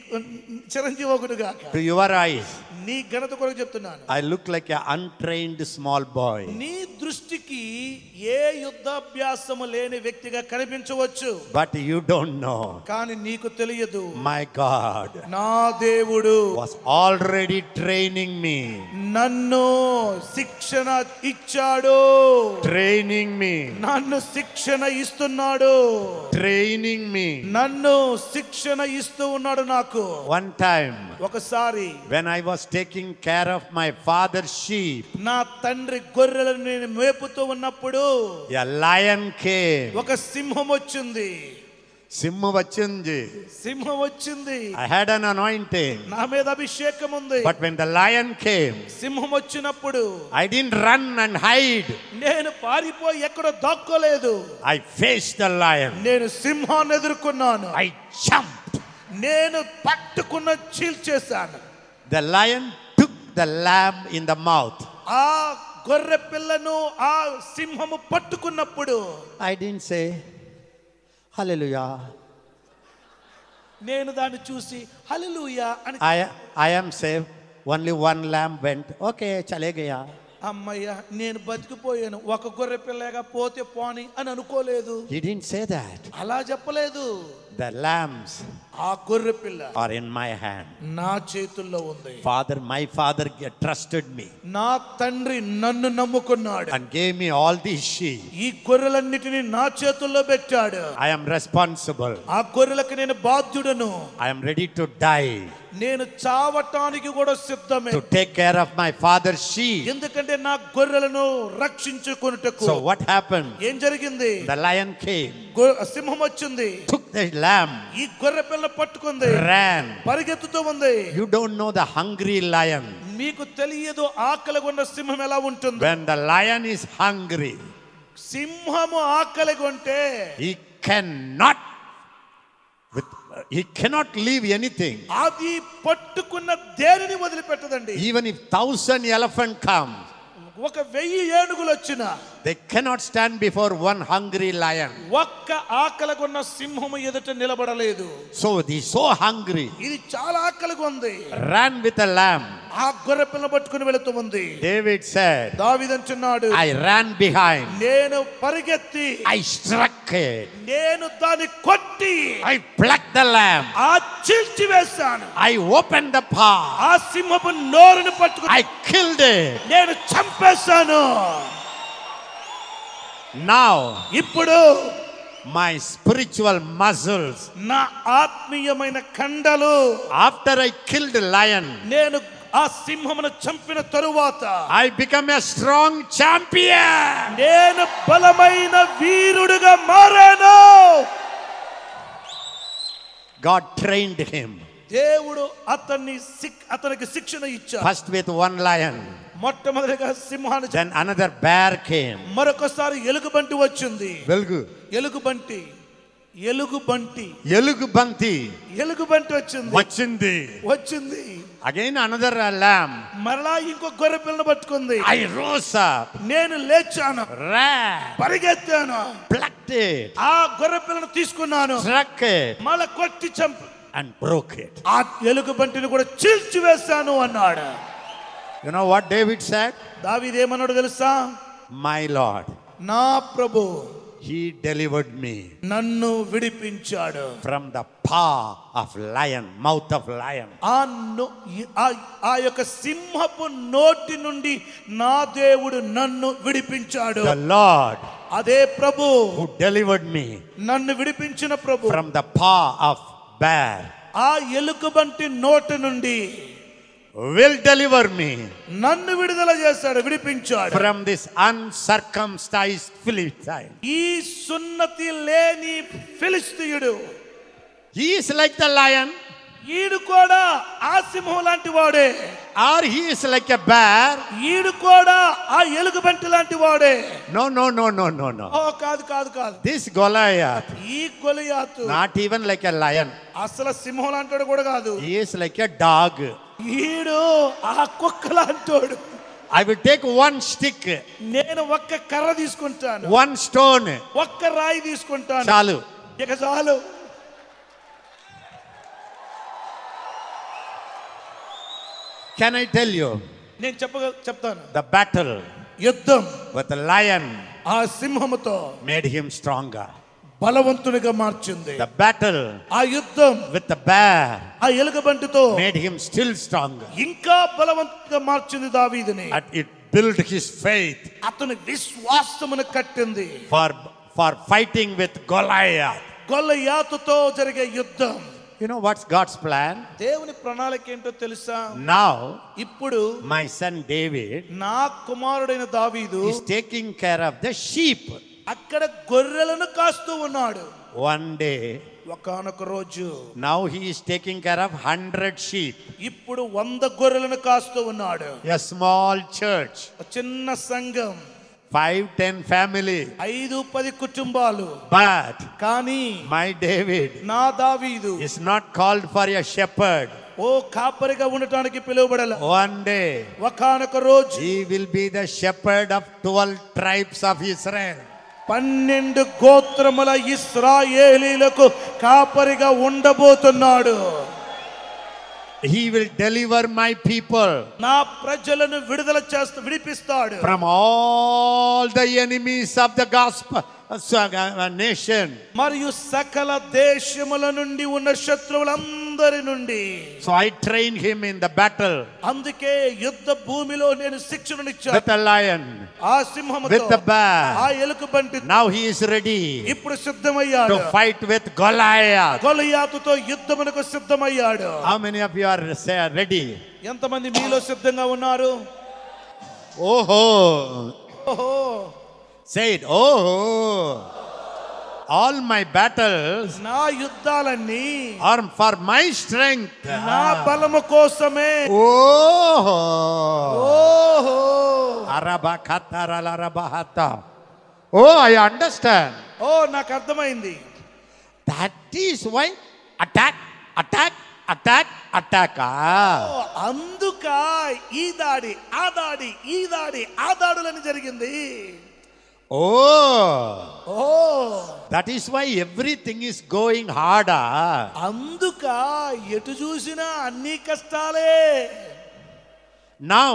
[SPEAKER 2] చిరంజీవకుడుగా
[SPEAKER 1] to your eyes,
[SPEAKER 2] నీ ఘనత కొరకు చెప్తున్నాను
[SPEAKER 1] I look like an untrained small boy.
[SPEAKER 2] నీ దృష్టికి ఏ యుద్ధాభ్యాసము లేని వ్యక్తిగా కనిపించవచ్చు
[SPEAKER 1] But you don't know.
[SPEAKER 2] కానీ నీకు తెలియదు
[SPEAKER 1] My God
[SPEAKER 2] నా దేవుడు
[SPEAKER 1] was already training me,
[SPEAKER 2] నన్ను శిక్షణ ఇచ్చాడు
[SPEAKER 1] training me,
[SPEAKER 2] నన్ను శిక్షణ ఇస్తున్నాడు
[SPEAKER 1] training me.
[SPEAKER 2] నన్ను శిక్షణ ఇస్తూ ఉన్నాడు నాకు
[SPEAKER 1] One time,
[SPEAKER 2] ఒకసారి
[SPEAKER 1] when I was taking care of my father's sheep,
[SPEAKER 2] నా తండ్రి గొర్రెలను నేను మేపుతూ ఉన్నప్పుడు
[SPEAKER 1] a lion came.
[SPEAKER 2] ఒక సింహం వచ్చింది
[SPEAKER 1] సింహం వచ్చింది
[SPEAKER 2] సింహం వచ్చింది
[SPEAKER 1] I had an anointing.
[SPEAKER 2] నా మీద అభిషేకం ఉంది
[SPEAKER 1] But when the lion came,
[SPEAKER 2] సింహం వచ్చినప్పుడు
[SPEAKER 1] I didn't run and hide.
[SPEAKER 2] నేను పారిపోయి ఎక్కడ దాక్కోలేదు
[SPEAKER 1] I faced the lion.
[SPEAKER 2] నేను సింహాన్ని ఎదుర్కొన్నాను
[SPEAKER 1] I jumped.
[SPEAKER 2] నేను పట్టుకున్న చీల్ చేశాను
[SPEAKER 1] The lion took the lamb in the mouth.
[SPEAKER 2] ఆ గొర్రె పిల్లను ఆ సింహము పట్టుకున్నప్పుడు
[SPEAKER 1] I didn't say, Hallelujah.
[SPEAKER 2] నేను దాన్ని చూసి హల్లెలూయా అని
[SPEAKER 1] I, I am saved. Only one lamb went. Okay, chale gaya.
[SPEAKER 2] అమ్మయ్య నేను బతికిపోయాను ఒక గొర్రె పిల్లగా పోతే పోని అని అనుకోలేదు
[SPEAKER 1] He didn't say that.
[SPEAKER 2] అలా చెప్పలేదు
[SPEAKER 1] The lambs
[SPEAKER 2] ఆ గొర్రె పిల్ల
[SPEAKER 1] are in my hand.
[SPEAKER 2] నా చేతుల్లో ఉంది
[SPEAKER 1] Father, my father g- trusted me
[SPEAKER 2] నా తండ్రి నన్ను నమ్ముకున్నాడు
[SPEAKER 1] and gave me all these sheep.
[SPEAKER 2] ఈ గొర్రెలన్నిటిని నా చేతుల్లో పెట్టాడు
[SPEAKER 1] I am responsible.
[SPEAKER 2] ఆ గొర్రెలకు నేను బాధ్యుడను
[SPEAKER 1] I am ready to die
[SPEAKER 2] నేను చావటానికి కూడా సిద్ధమే
[SPEAKER 1] to take care of my father's sheep.
[SPEAKER 2] ఎందుకంటే నా గొర్రెలను రక్షించుకున్నటకు
[SPEAKER 1] So what happened?
[SPEAKER 2] ఏం జరిగింది
[SPEAKER 1] The lion came,
[SPEAKER 2] గొ- సింహం వచ్చింది
[SPEAKER 1] took the lamb,
[SPEAKER 2] ఈ గొర్రె పిల్ల పట్టుకుంది
[SPEAKER 1] ran.
[SPEAKER 2] పరిగెత్తుతూ ఉంది
[SPEAKER 1] You don't know the hungry lion.
[SPEAKER 2] మీకు తెలియదు ఆకలిగొండ సింహం ఎలా ఉంటుంది
[SPEAKER 1] When the lion is hungry,
[SPEAKER 2] సింహము ఆకలిగొంటే
[SPEAKER 1] he cannot with, he cannot leave anything.
[SPEAKER 2] అది పట్టుకున్న దేనిని వదిలిపెట్టదండి
[SPEAKER 1] Even if thousand elephant come,
[SPEAKER 2] ఒక వెయ్యి ఏనుగులు వచ్చిన
[SPEAKER 1] they cannot stand before one hungry lion.
[SPEAKER 2] ఒక్క ఆకలిగొన్న సింహము ఎదుట నిలబడలేదు
[SPEAKER 1] So he's so hungry,
[SPEAKER 2] ఇది చాలా ఆకలిగా ఉంది
[SPEAKER 1] ran with a lamb.
[SPEAKER 2] ఆ గొర్రె పిల్ల పట్టుకుని వెళుతూ ఉంది
[SPEAKER 1] David said,
[SPEAKER 2] దావిదంటున్నాడు
[SPEAKER 1] I ran behind.
[SPEAKER 2] నేను పరిగెత్తి
[SPEAKER 1] I struck it.
[SPEAKER 2] నేను దాన్ని కొట్టి
[SPEAKER 1] I plucked the lamb.
[SPEAKER 2] ఆ చీల్చి వేశాను
[SPEAKER 1] I opened the paw.
[SPEAKER 2] ఆ సింహపు నోరుని పట్టుకుని
[SPEAKER 1] I killed it.
[SPEAKER 2] నేను చంపేశాను
[SPEAKER 1] Now
[SPEAKER 2] ఇప్పుడు
[SPEAKER 1] my spiritual muscles.
[SPEAKER 2] నా ఆత్మీయమైన కండలు
[SPEAKER 1] After I killed the lion,
[SPEAKER 2] నేను ఆ సింహమును చంపిన తరువాత
[SPEAKER 1] I become a strong champion.
[SPEAKER 2] నేను బలమైన వీరుడుగా మారాను
[SPEAKER 1] God trained him
[SPEAKER 2] దేవుడు అతన్ని శిక్ అతనికి శిక్షణ ఇచ్చాడు
[SPEAKER 1] first with one lion,
[SPEAKER 2] మొట్టమొదటిగా సింహాన్ని చంపి-
[SPEAKER 1] then another bear came.
[SPEAKER 2] మరొకసారి ఎలుగుబంటి వచ్చింది
[SPEAKER 1] వెలుగు
[SPEAKER 2] ఎలుగుబంటి ఎలుగుబంటి
[SPEAKER 1] ఎలుగు బంతి
[SPEAKER 2] ఎలుగుబంటి వచ్చింది
[SPEAKER 1] వచ్చింది
[SPEAKER 2] వచ్చింది
[SPEAKER 1] అగైన్ అనదర్ lamb.
[SPEAKER 2] మరలా ఇంకో గొర్రె పిల్లను పట్టుకుంది
[SPEAKER 1] I rose up,
[SPEAKER 2] నేను లేచాను
[SPEAKER 1] ran,
[SPEAKER 2] పరిగెత్తాను
[SPEAKER 1] plucked it,
[SPEAKER 2] ఆ గొర్రె పిల్లను తీసుకున్నాను
[SPEAKER 1] struck it,
[SPEAKER 2] మళ్ళా కొట్టి చంప
[SPEAKER 1] and broke it.
[SPEAKER 2] ఆ ఎలుగుబంటిని కూడా చీల్చి వేశాను అన్నాడు
[SPEAKER 1] You know what David said?
[SPEAKER 2] దావిదేమన్నాడు తెలుసా
[SPEAKER 1] My Lord,
[SPEAKER 2] నా ప్రభు
[SPEAKER 1] He delivered me.
[SPEAKER 2] నన్ను విడిపించాడు
[SPEAKER 1] from the paw of lion, mouth of lion.
[SPEAKER 2] ఆ నో- ఆ- ఆ యొక్క సింహపు నోటి నుండి నా దేవుడు నన్ను విడిపించాడు
[SPEAKER 1] The Lord
[SPEAKER 2] అదే ప్రభు
[SPEAKER 1] who delivered me
[SPEAKER 2] నన్ను విడిపించిన ప్రభు
[SPEAKER 1] from the paw of bear
[SPEAKER 2] ఆ ఎలుకబంటి నోటి నుండి
[SPEAKER 1] will deliver me
[SPEAKER 2] నన్ను విడుదల చేశాడు విడిపించాడు
[SPEAKER 1] from this uncircumcised Philistine.
[SPEAKER 2] ఈ సున్నతి లేని ఫిలిస్తీయుడు
[SPEAKER 1] He is like the lion.
[SPEAKER 2] ఈడు కూడా ఆ సింహం లాంటి వాడే
[SPEAKER 1] Or he is like a bear.
[SPEAKER 2] ఈడు కూడా ఆ ఎలుగుబంటి లాంటి వాడే
[SPEAKER 1] No, no, no, no, no, no.
[SPEAKER 2] ఓ కాదు కాదు కాదు
[SPEAKER 1] This Goliath,
[SPEAKER 2] ఈ గొలియాతు
[SPEAKER 1] not even like a lion.
[SPEAKER 2] అసలు సింహం లాంటోడు కూడా కాదు
[SPEAKER 1] He is like a dog.
[SPEAKER 2] ఈడు ఆ కుక్క లాంటోడు
[SPEAKER 1] I will take one stick,
[SPEAKER 2] నేను ఒక్క కర్ర తీసుకుంటాను
[SPEAKER 1] one stone.
[SPEAKER 2] ఒక్క రాయి తీసుకుంటాను
[SPEAKER 1] Chalu.
[SPEAKER 2] ఇక చాలు
[SPEAKER 1] Can I tell you
[SPEAKER 2] నేను చెప్ప చెప్తాను
[SPEAKER 1] the battle
[SPEAKER 2] యుద్ధం
[SPEAKER 1] with the lion
[SPEAKER 2] ఆ సింహముతో
[SPEAKER 1] made him stronger?
[SPEAKER 2] బలవంతునిగా మార్చింది
[SPEAKER 1] The battle
[SPEAKER 2] ఆ యుద్ధం
[SPEAKER 1] with the bear
[SPEAKER 2] ఆ ఎలుగుబంటితో
[SPEAKER 1] made him still stronger.
[SPEAKER 2] ఇంకా బలవంతుగా మార్చింది దావీదుని
[SPEAKER 1] And it built his faith
[SPEAKER 2] అతని విశ్వాసమును కట్టింది
[SPEAKER 1] for, for fighting with Goliath.
[SPEAKER 2] గొల్ల యాతుతో జరిగే యుద్ధం
[SPEAKER 1] You know what's God's plan?
[SPEAKER 2] దేవుని ప్రణాళిక ఏంటో తెలుసా
[SPEAKER 1] Now,
[SPEAKER 2] ఇప్పుడు
[SPEAKER 1] my son David
[SPEAKER 2] నా కుమారుడైన దావీదు
[SPEAKER 1] is taking care of the sheep.
[SPEAKER 2] అక్కడ గొర్రెలను కాస్తూ ఉన్నాడు
[SPEAKER 1] One day,
[SPEAKER 2] ఒకానొక రోజు
[SPEAKER 1] now he is taking care of 100 sheep,
[SPEAKER 2] ఇప్పుడు వంద గొర్రెలను కాస్తూ ఉన్నాడు
[SPEAKER 1] a small church,
[SPEAKER 2] ఒక చిన్న సంఘం
[SPEAKER 1] 5 10 family.
[SPEAKER 2] ఐదు పది కుటుంబాలు
[SPEAKER 1] But
[SPEAKER 2] కానీ
[SPEAKER 1] my David
[SPEAKER 2] నా దావీదు
[SPEAKER 1] is not called for a shepherd.
[SPEAKER 2] ఓ కాపరిగా ఉండటానికి పిలువబడల
[SPEAKER 1] One day,
[SPEAKER 2] ఒకానొక రోజు
[SPEAKER 1] he will be the shepherd of 12 tribes of Israel.
[SPEAKER 2] పన్నెండు గోత్రముల ఇస్రాయేలీలకు కాపరిగా ఉండబోతున్నాడు
[SPEAKER 1] He will deliver my people
[SPEAKER 2] నా ప్రజలను విడుదల చేస్తూ విడిపిస్తాడు
[SPEAKER 1] from all the enemies of the gospel uh, so, uh, nation.
[SPEAKER 2] మరియు సకల దేశముల నుండి ఉన్న శత్రువులందరి నుండి
[SPEAKER 1] So I train him in the battle
[SPEAKER 2] అందుకే యుద్ధ భూమిలో నేను శిక్షణనిచ్చాను
[SPEAKER 1] with the lion,
[SPEAKER 2] ఆ సింహముతో
[SPEAKER 1] with the
[SPEAKER 2] ఆ
[SPEAKER 1] bear.
[SPEAKER 2] ఎలుక Bunty
[SPEAKER 1] Now he is ready
[SPEAKER 2] ఇప్పుడు సిద్ధమయ్యాడు
[SPEAKER 1] to fight with Goliath.
[SPEAKER 2] గొలియాతుతో యుద్ధమునకు సిద్ధమయ్యాడు
[SPEAKER 1] How many of you are say, ready?
[SPEAKER 2] ఎంతమంది మీలో సిద్ధంగా ఉన్నారు
[SPEAKER 1] Oh, ho.
[SPEAKER 2] ఓహో
[SPEAKER 1] say it. Oh, ho. all my battles
[SPEAKER 2] నా యుద్ధాలన్నీ
[SPEAKER 1] are for my strength. Ah.
[SPEAKER 2] నా బలము కోసమే
[SPEAKER 1] Oh,
[SPEAKER 2] ఓహో
[SPEAKER 1] Arabakataralarabahatam. oh, I understand.
[SPEAKER 2] ఓ నాకు అర్థమైంది
[SPEAKER 1] That is why attack, attack, attack, attack. Ah.
[SPEAKER 2] ఓ, అందుక ఈ దాడి ఆ దాడి ఈ దాడి ఆ దాడులని జరిగింది
[SPEAKER 1] Oh,
[SPEAKER 2] oh
[SPEAKER 1] that is why everything is going harder.
[SPEAKER 2] అందుక ఎటు చూసినా అన్ని కష్టాలే
[SPEAKER 1] Now,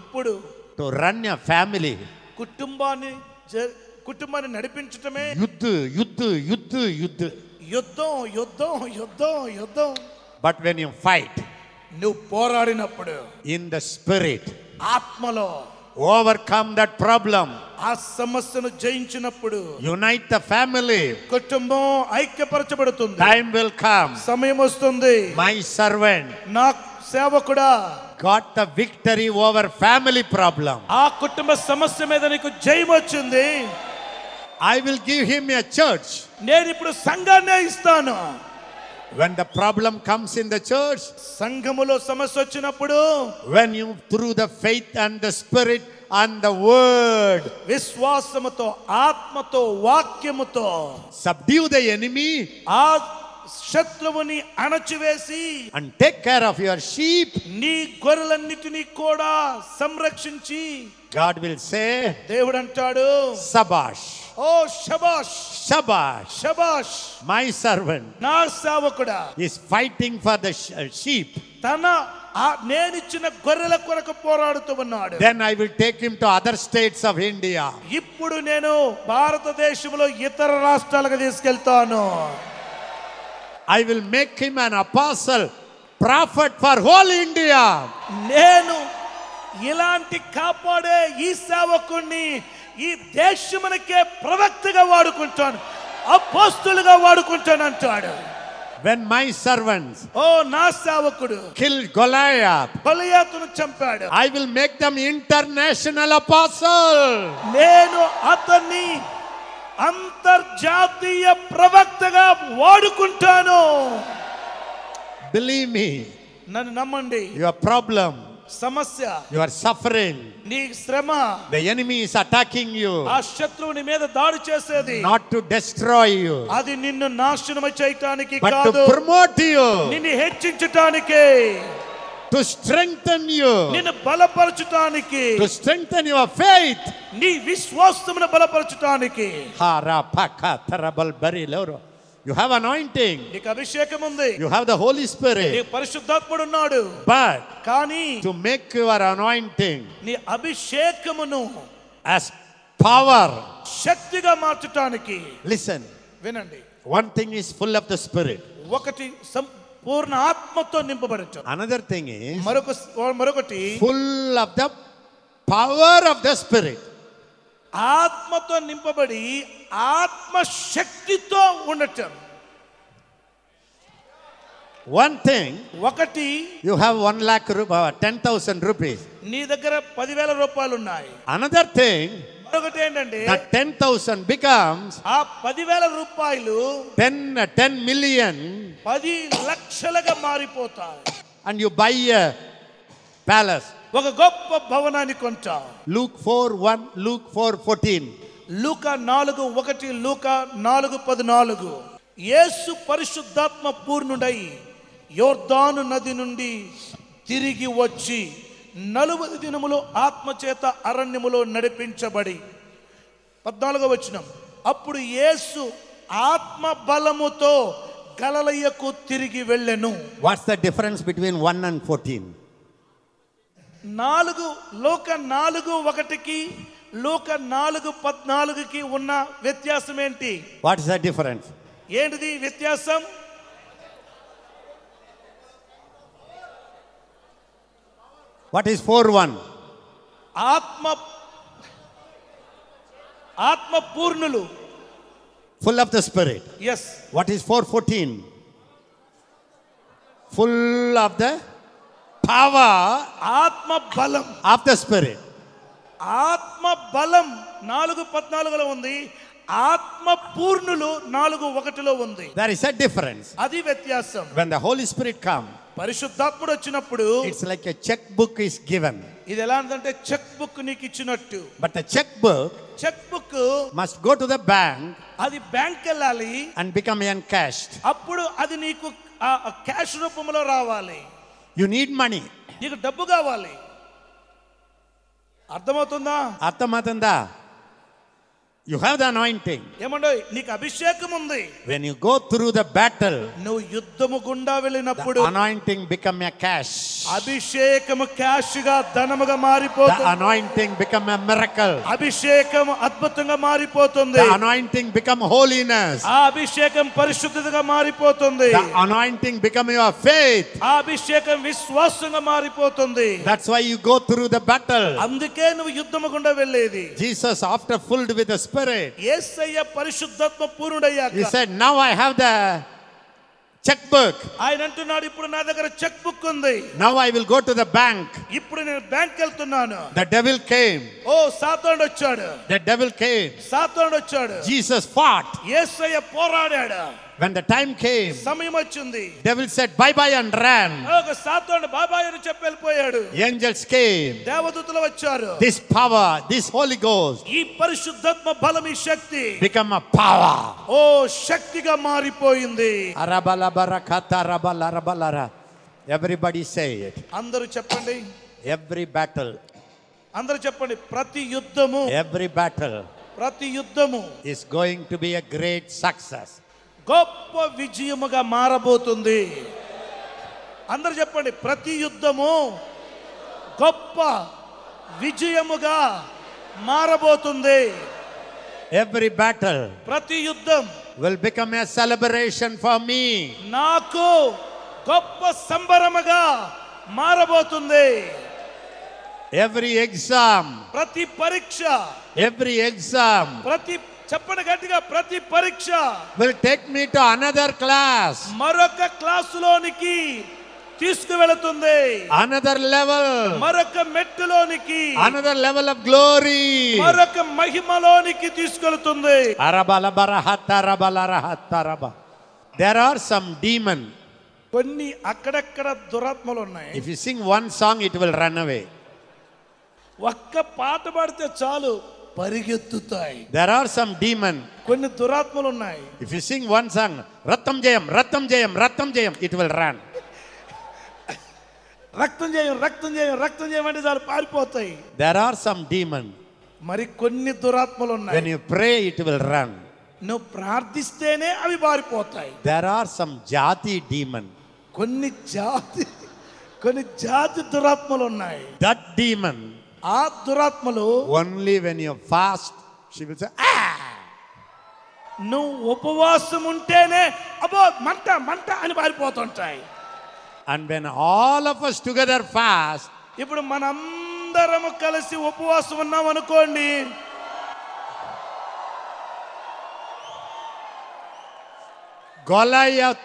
[SPEAKER 2] ఇప్పుడు
[SPEAKER 1] to run a family,
[SPEAKER 2] కుటుంబాన్ని జ- కుటుంబాన్ని నడిపించటమే
[SPEAKER 1] yuddh, yuddh, yuddh, yuddh.
[SPEAKER 2] యుద్ధం యుద్ధం యుద్ధం యుద్ధం
[SPEAKER 1] But when you fight
[SPEAKER 2] నువ్వు పోరాడినప్పుడు
[SPEAKER 1] in the spirit,
[SPEAKER 2] ఆత్మలో
[SPEAKER 1] overcome that problem,
[SPEAKER 2] ఆ సమస్యను జయించినప్పుడు
[SPEAKER 1] unite the family,
[SPEAKER 2] కుటుంబం ఐక్యపరచబడుతుంది
[SPEAKER 1] time will come.
[SPEAKER 2] సమయం వస్తుంది
[SPEAKER 1] My servant
[SPEAKER 2] నా సేవకుడా
[SPEAKER 1] got the victory over family problem.
[SPEAKER 2] ఆ కుటుంబ సమస్య మీద నీకు జయం వచ్చింది
[SPEAKER 1] I will give him a church.
[SPEAKER 2] నేను ఇప్పుడు సంఘాన్నే ఇస్తాను
[SPEAKER 1] When the problem comes in the church,
[SPEAKER 2] సంఘములో సమస్య వచ్చినప్పుడు
[SPEAKER 1] when you through the faith and the spirit and the word
[SPEAKER 2] విశ్వాసముతో ఆత్మతో వాక్యముతో
[SPEAKER 1] subdue the enemy
[SPEAKER 2] ఆ శత్రువుని అణచివేసి
[SPEAKER 1] and take care of your sheep,
[SPEAKER 2] నీ గొర్రెలన్నిటినీ కూడా సంరక్షించి
[SPEAKER 1] God will say,
[SPEAKER 2] దేవుడు అంటాడు
[SPEAKER 1] Sabash,
[SPEAKER 2] ఓ శబాష్
[SPEAKER 1] Shabash,
[SPEAKER 2] శబాష్
[SPEAKER 1] my servant
[SPEAKER 2] నా సేవకుడా
[SPEAKER 1] is fighting for the sh- uh, sheep.
[SPEAKER 2] తన ఆ నేనిచ్చిన గొర్రెల కొరకు పోరాడుతూ ఉన్నాడు
[SPEAKER 1] Then I will take him to other states of India.
[SPEAKER 2] ఇప్పుడు నేను భారతదేశంలో ఇతర రాష్ట్రాలకు తీసుకెళ్తాను
[SPEAKER 1] I will make him an apostle, prophet for whole India.
[SPEAKER 2] నేను ఇలాంటి కాపాడే ఈ సేవకుణ్ణి ఈ దేశమునకే ప్రవక్తగా వాడుకుంటాను అపోస్తులుగా వాడుకుంటాను అంటాడు
[SPEAKER 1] When my servants
[SPEAKER 2] ఓ నా సేవకుడు
[SPEAKER 1] kill Goliath,
[SPEAKER 2] బలియాతును చంపాడు
[SPEAKER 1] I will make them international apostle.
[SPEAKER 2] నేను అతన్ని అంతర్జాతీయ ప్రవక్తగా వాడుకుంటాను
[SPEAKER 1] Believe me,
[SPEAKER 2] నన్ను నమ్మండి
[SPEAKER 1] your problem,
[SPEAKER 2] సమస్య
[SPEAKER 1] your suffering,
[SPEAKER 2] నీ శ్రమ
[SPEAKER 1] the enemy is attacking you
[SPEAKER 2] ఆ శత్రువు నీ మీద దాడి చేసేది
[SPEAKER 1] not to destroy you,
[SPEAKER 2] అది నిన్ను నాశనం చేయటానికి
[SPEAKER 1] but
[SPEAKER 2] కాదు
[SPEAKER 1] to promote you,
[SPEAKER 2] నిన్ను హెచ్చించటానికే
[SPEAKER 1] to strengthen you,
[SPEAKER 2] నిన్ను బలపరచటానికి
[SPEAKER 1] to strengthen your faith.
[SPEAKER 2] నీ విశ్వాసమును బలపరచటానికి
[SPEAKER 1] Harapakatharabalbariloro. You have anointing,
[SPEAKER 2] నీకు అభిషేకం ఉంది
[SPEAKER 1] you have the Holy
[SPEAKER 2] నీ
[SPEAKER 1] Spirit,
[SPEAKER 2] పరిశుద్ధాత్ముడు ఉన్నాడు
[SPEAKER 1] but
[SPEAKER 2] కానీ
[SPEAKER 1] to make your anointing
[SPEAKER 2] నీ అభిషేకమును
[SPEAKER 1] as power,
[SPEAKER 2] శక్తిగా మార్చటానికి
[SPEAKER 1] listen,
[SPEAKER 2] వినండి
[SPEAKER 1] one thing is full of the Spirit,
[SPEAKER 2] ఒకటి సంపూర్ణ ఆత్మతో నింపబడటం
[SPEAKER 1] another thing is
[SPEAKER 2] మరొక మరొకటి
[SPEAKER 1] full of the power of the spirit
[SPEAKER 2] ఆత్మతో నింపబడి ఆత్మ శక్తితో ఉండటం
[SPEAKER 1] one thing
[SPEAKER 2] ఒకటి
[SPEAKER 1] you have 1 lakh rupees 10000 rupees
[SPEAKER 2] నీ దగ్గర పదివేల రూపాయలు ఉన్నాయి
[SPEAKER 1] another thing
[SPEAKER 2] మరొకటి ఏంటంటే
[SPEAKER 1] that 10000 becomes
[SPEAKER 2] ఆ పదివేల రూపాయలు
[SPEAKER 1] 10 uh, 10 million
[SPEAKER 2] పది లక్షలుగా మారిపోతాయి
[SPEAKER 1] and you buy a palace
[SPEAKER 2] ఒక గొప్ప భవనాన్ని కొంటావు
[SPEAKER 1] luke 4 1 luke 4 14
[SPEAKER 2] లూకా నాలుగు ఒకటి లూకా నాలుగు పద్నాలుగు యేసు పరిశుద్ధాత్మ పూర్ణుడై యోర్దాను నది నుండి తిరిగి వచ్చి నలువది దినములు ఆత్మచేత అరణ్యములో నడిపించబడి పద్నాలుగో వచనం అప్పుడు యేసు ఆత్మ బలముతో గలలయ్యకు తిరిగి వెళ్ళెను
[SPEAKER 1] what's the difference between 1 and 14
[SPEAKER 2] నాలుగు లోక నాలుగు ఒకటికి లోక నాలుగు పద్నాలుగుకి ఉన్న వ్యత్యాసం ఏంటి
[SPEAKER 1] what is the difference
[SPEAKER 2] ఏంటిది వ్యత్యాసం
[SPEAKER 1] what is 4 1
[SPEAKER 2] ఆత్మ ఆత్మ పూర్ణులు
[SPEAKER 1] full of the spirit
[SPEAKER 2] yes
[SPEAKER 1] What is 414? Full of the power
[SPEAKER 2] ఆత్మ బలం
[SPEAKER 1] of the Spirit.
[SPEAKER 2] ఆత్మ బలం నాలుగు పద్నాలుగులో ఉంది ఆత్మ పూర్ణులు నాలుగు ఒకటిలో ఉంది
[SPEAKER 1] There is a difference.
[SPEAKER 2] అది వ్యత్యాసం
[SPEAKER 1] When the Holy Spirit comes,
[SPEAKER 2] పరిశుద్ధాత్ముడు వచ్చినప్పుడు
[SPEAKER 1] it's like a checkbook is given.
[SPEAKER 2] ఇది ఎలా అంటే చెక్ బుక్ నీకు ఇచ్చినట్టు
[SPEAKER 1] But the checkbook
[SPEAKER 2] checkbook
[SPEAKER 1] must go to the bank
[SPEAKER 2] అది బ్యాంక్ వెళ్ళాలి
[SPEAKER 1] and become encashed.
[SPEAKER 2] అప్పుడు అది నీకు క్యాష్ రూపంలో రావాలి
[SPEAKER 1] You need money.
[SPEAKER 2] నీకు డబ్బు కావాలి అర్థమవుతుందా
[SPEAKER 1] Athamatanda, you have the anointing.
[SPEAKER 2] ఏమండో నీకు అభిషేకం ఉంది
[SPEAKER 1] When you go through the battle,
[SPEAKER 2] నువ్వు యుద్ధము గుండా వెళ్ళినప్పుడు
[SPEAKER 1] the anointing become a cash.
[SPEAKER 2] అభిషేకము క్యాష్ గా ధనముగా
[SPEAKER 1] The
[SPEAKER 2] మారిపోతుంది
[SPEAKER 1] anointing become a miracle.
[SPEAKER 2] అభిషేకం అద్భుతంగా మారిపోతుంది
[SPEAKER 1] The anointing become holiness.
[SPEAKER 2] ఆ అభిషేకం పరిశుద్ధతగా మారిపోతుంది
[SPEAKER 1] The anointing become your faith.
[SPEAKER 2] ఆ అభిషేకం విశ్వాసంగా మారిపోతుంది
[SPEAKER 1] That's why you go through the battle.
[SPEAKER 2] అందుకే నువ్వు యుద్ధము గుండా వెళ్ళేది
[SPEAKER 1] Jesus, after filled with the Spirit,
[SPEAKER 2] ఏసయ్య పరిశుద్ధాత్మ
[SPEAKER 1] he
[SPEAKER 2] పూర్ణుడయ్యాక
[SPEAKER 1] said, Now I have the checkbook.
[SPEAKER 2] ఆయన అంటున్నాడు ఇప్పుడు నా దగ్గర చెక్ బుక్ ఉంది
[SPEAKER 1] Now I will go to the bank.
[SPEAKER 2] ఇప్పుడు నేను బ్యాంక్ వెళ్తున్నాను
[SPEAKER 1] The devil came.
[SPEAKER 2] ఓ సాతానుడు వచ్చాడు
[SPEAKER 1] The devil came.
[SPEAKER 2] సాతానుడు వచ్చాడు
[SPEAKER 1] Jesus fought.
[SPEAKER 2] యేసయ్య పోరాడాడు
[SPEAKER 1] When the time came,
[SPEAKER 2] సమయం వచ్చింది
[SPEAKER 1] devil said bye bye and ran.
[SPEAKER 2] ఒక సాతానుడు బాబాయ్ అని చెప్పి వెళ్ళిపోయాడు
[SPEAKER 1] Angels came.
[SPEAKER 2] దేవదూతలు వచ్చారు
[SPEAKER 1] This power, this Holy Ghost,
[SPEAKER 2] ఈ పరిశుద్ధాత్మ బలం ఈ శక్తి
[SPEAKER 1] become a power.
[SPEAKER 2] ఓ శక్తిగా మారిపోయింది
[SPEAKER 1] Arabalabarakatarabalabarabara. Everybody say it.
[SPEAKER 2] అందరూ చెప్పండి
[SPEAKER 1] Every battle,
[SPEAKER 2] అందరూ చెప్పండి ప్రతి యుద్ధము
[SPEAKER 1] every battle
[SPEAKER 2] ప్రతి యుద్ధము
[SPEAKER 1] is going to be a great success.
[SPEAKER 2] గొప్ప విజయముగా మారబోతుంది అందరూ చెప్పండి ప్రతి యుద్ధము గొప్ప విజయముగా మారబోతుంది
[SPEAKER 1] Every battle
[SPEAKER 2] ప్రతి యుద్ధం
[SPEAKER 1] will become a celebration for me.
[SPEAKER 2] నాకు గొప్ప సంబరముగా మారబోతుంది
[SPEAKER 1] Every exam,
[SPEAKER 2] ప్రతి పరీక్ష
[SPEAKER 1] every exam
[SPEAKER 2] ప్రతి చెప్పండి గట్టిగా ప్రతి పరీక్ష
[SPEAKER 1] will take me to another class,
[SPEAKER 2] మరొక క్లాసులోనికి తీసుకువెళుతుంది
[SPEAKER 1] another level,
[SPEAKER 2] మరొక మెట్టులోనికి
[SPEAKER 1] another level of glory.
[SPEAKER 2] మరొక మహిమలోనికి తీసుకెళుతుంది
[SPEAKER 1] Arabalabarahatarabalahataraba. There are some demon
[SPEAKER 2] కొన్ని అక్కడక్కడ దురాత్మలు ఉన్నాయి
[SPEAKER 1] If you sing one song, it will run away.
[SPEAKER 2] ఒక్క పాట పాడితే చాలు పరిగెత్తుతాయి
[SPEAKER 1] There are some demon.
[SPEAKER 2] కొన్ని దురాత్మలు ఉన్నాయి
[SPEAKER 1] If you sing one song, Ratam Jayam, Ratam Jayam, Ratam Jayam, it will run.
[SPEAKER 2] రక్తం చేయం రక్తం చేయం రక్తం చేయమంటే చాలు పారిపోతాయి
[SPEAKER 1] There are some demon.
[SPEAKER 2] మరి కొన్ని దురాత్మలు ఉన్నాయి
[SPEAKER 1] When you pray, it will run.
[SPEAKER 2] నువ్వు ప్రార్థిస్తేనే అవి పారిపోతాయి
[SPEAKER 1] There are some jati demon.
[SPEAKER 2] కొన్ని జాతి కొన్ని జాతి దురాత్మలు ఉన్నాయి
[SPEAKER 1] That demon,
[SPEAKER 2] ఆ దురాత్మలు
[SPEAKER 1] only when you fast, she will say, ah!
[SPEAKER 2] నువ్వు ఉపవాసం ఉంటేనే అబ్బో మంట మంట అని పారిపోతుంటాయి
[SPEAKER 1] And when all of us together fast,
[SPEAKER 2] ఇప్పుడు మనందరము కలిసి ఉపవాసం ఉన్నాం అనుకోండి
[SPEAKER 1] Goliath,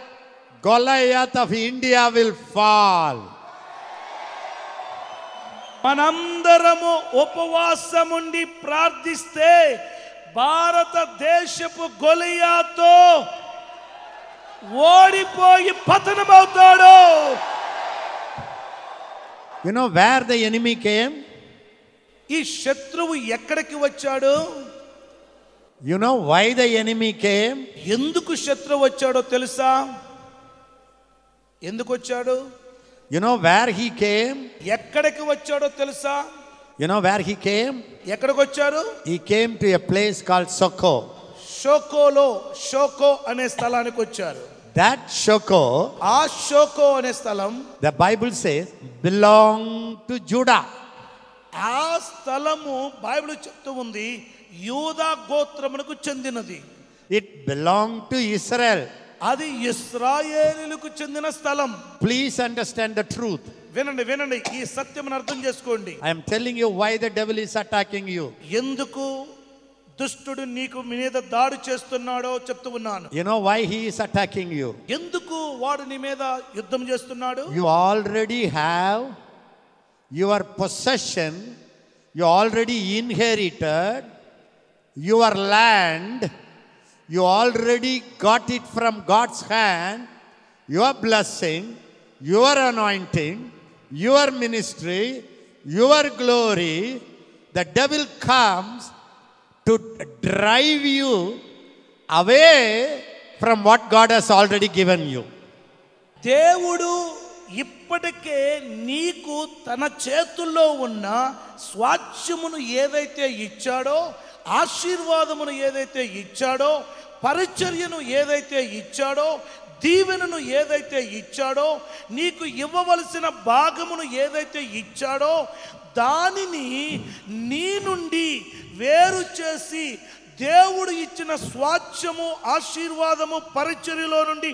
[SPEAKER 1] Goliath of India will fall.
[SPEAKER 2] మనందరము ఉపవాసముండి ప్రార్థిస్తే భారతదేశపు గొలియాతో ఓడిపోయి పతనమవుతాడు
[SPEAKER 1] You know where the enemy came?
[SPEAKER 2] ఈ శత్రువు ఎక్కడికి వచ్చాడు
[SPEAKER 1] You know why the enemy came?
[SPEAKER 2] ఎందుకు శత్రువు వచ్చాడో తెలుసా ఎందుకు వచ్చాడు
[SPEAKER 1] You know where he came?
[SPEAKER 2] ఎక్కడికి వచ్చాడో తెలుసా
[SPEAKER 1] You know where he came?
[SPEAKER 2] ఎక్కడికి వచ్చాడు
[SPEAKER 1] He came to a place called Soko.
[SPEAKER 2] షోకోలో షోకో అనే స్థలానికి వచ్చారు
[SPEAKER 1] That Soko,
[SPEAKER 2] ఆ షోకో అనే స్థలం
[SPEAKER 1] the Bible says, belonged to Judah.
[SPEAKER 2] ఆ స్థలము బైబిల్ చెప్తూ ఉంది యూదా గోత్రమునకు చెందినది
[SPEAKER 1] It belonged to Israel.
[SPEAKER 2] అది ఇస్రాయేలులకు చెందిన స్థలం
[SPEAKER 1] Please understand the truth.
[SPEAKER 2] వినండి వినండి ఈ సత్యమును అర్థం చేసుకోండి
[SPEAKER 1] I am telling you why the devil is attacking you.
[SPEAKER 2] ఎందుకు దుష్టుడు నీకు మీద దాడి చేస్తున్నాడో చెప్తూ ఉన్నాను
[SPEAKER 1] You know why he is attacking you.
[SPEAKER 2] ఎందుకు వాడు నీ మీద యుద్ధం చేస్తున్నాడు
[SPEAKER 1] You already have your possession, you already inherited your land, you already got it from God's hand, your blessing, your anointing, your ministry, your glory. The devil comes to drive you away from what God has already given you.
[SPEAKER 2] దేవుడు ఇప్పటికే నీకు తన చేతుల్లో ఉన్న స్వాచ్యమును ఏదైతే ఇచ్చాడో ఆశీర్వాదమును ఏదైతే ఇచ్చాడో పరిచర్యను ఏదైతే ఇచ్చాడో దీవెనను ఏదైతే ఇచ్చాడో నీకు ఇవ్వవలసిన భాగమును ఏదైతే ఇచ్చాడో దానిని నీ నుండి వేరు చేసి దేవుడు ఇచ్చిన స్వాచ్ఛము ఆశీర్వాదము పరిచర్యలో నుండి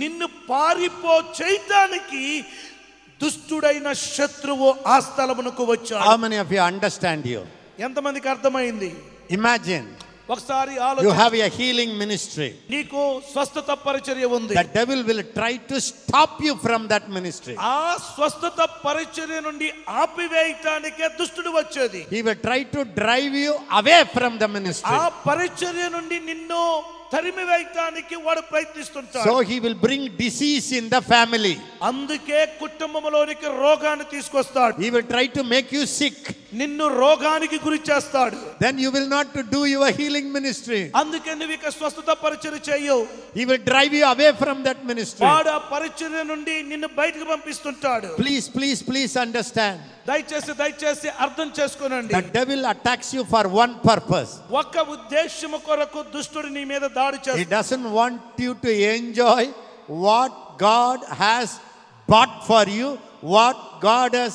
[SPEAKER 2] నిన్ను పారిపో చేయటానికి దుష్టుడైన శత్రువు ఆ స్థలమునకు
[SPEAKER 1] How
[SPEAKER 2] వచ్చాడు
[SPEAKER 1] many of you understand you?
[SPEAKER 2] ఎంతమందికి అర్థమైంది
[SPEAKER 1] Imagine
[SPEAKER 2] ఒకసారి
[SPEAKER 1] you
[SPEAKER 2] ఆలోచన
[SPEAKER 1] have a healing ministry.
[SPEAKER 2] నీకు స్వస్థత పరిచర్య ఉంది
[SPEAKER 1] The devil will try to stop you from that ministry.
[SPEAKER 2] ఆ స్వస్థత పరిచర్య నుండి ఆపివేయటానికే దుష్టుడు వచ్చేది
[SPEAKER 1] He will try to drive you away from the ministry.
[SPEAKER 2] ఆ పరిచర్య నుండి నిన్ను తరిమి వేయటానికి వాడు ప్రయత్నిస్తుంటాడు
[SPEAKER 1] So he will bring disease in the family.
[SPEAKER 2] అందుకే కుటుంబంలోనికి రోగాన్ని తీసుకొస్తాడు
[SPEAKER 1] He will try to make you sick.
[SPEAKER 2] నిన్ను రోగానికి గురి చేస్తాడు
[SPEAKER 1] Then you will not to do your healing ministry.
[SPEAKER 2] అందుకే నువ్వు ఇక స్వస్థత పరిచర్య చేయవు
[SPEAKER 1] He will drive you away from that ministry.
[SPEAKER 2] వాడు ఆ పరిచర్య నుండి నిన్ను బయటకు పంపిస్తుంటాడు
[SPEAKER 1] Please, please, please understand.
[SPEAKER 2] దయచేసి దయచేసి అర్థం
[SPEAKER 1] The
[SPEAKER 2] చేసుకోనండి
[SPEAKER 1] devil attacks you for one purpose.
[SPEAKER 2] ఒక్క ఉద్దేశము కొరకు దుష్టుడు నీ మీద దాడి
[SPEAKER 1] He
[SPEAKER 2] చేస్తాడు
[SPEAKER 1] doesn't want you to enjoy what God has bought for you, what God has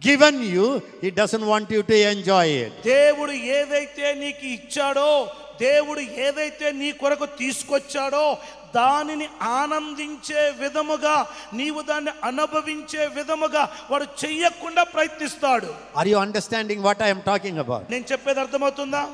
[SPEAKER 1] given you. He doesn't want you to enjoy it.
[SPEAKER 2] దేవుడు ఏదైతే నీకు ఇచ్చాడో దేవుడు ఏదైతే నీ కొరకు తీసుకొచ్చాడో దానిని ఆనందించే విధముగా నీవు దాన్ని అనుభవించే విధముగా వాడు చెయ్యకుండా ప్రయత్నిస్తాడు
[SPEAKER 1] Are you understanding what I am talking about?
[SPEAKER 2] నేను చెప్పేది అర్థమవుతుందా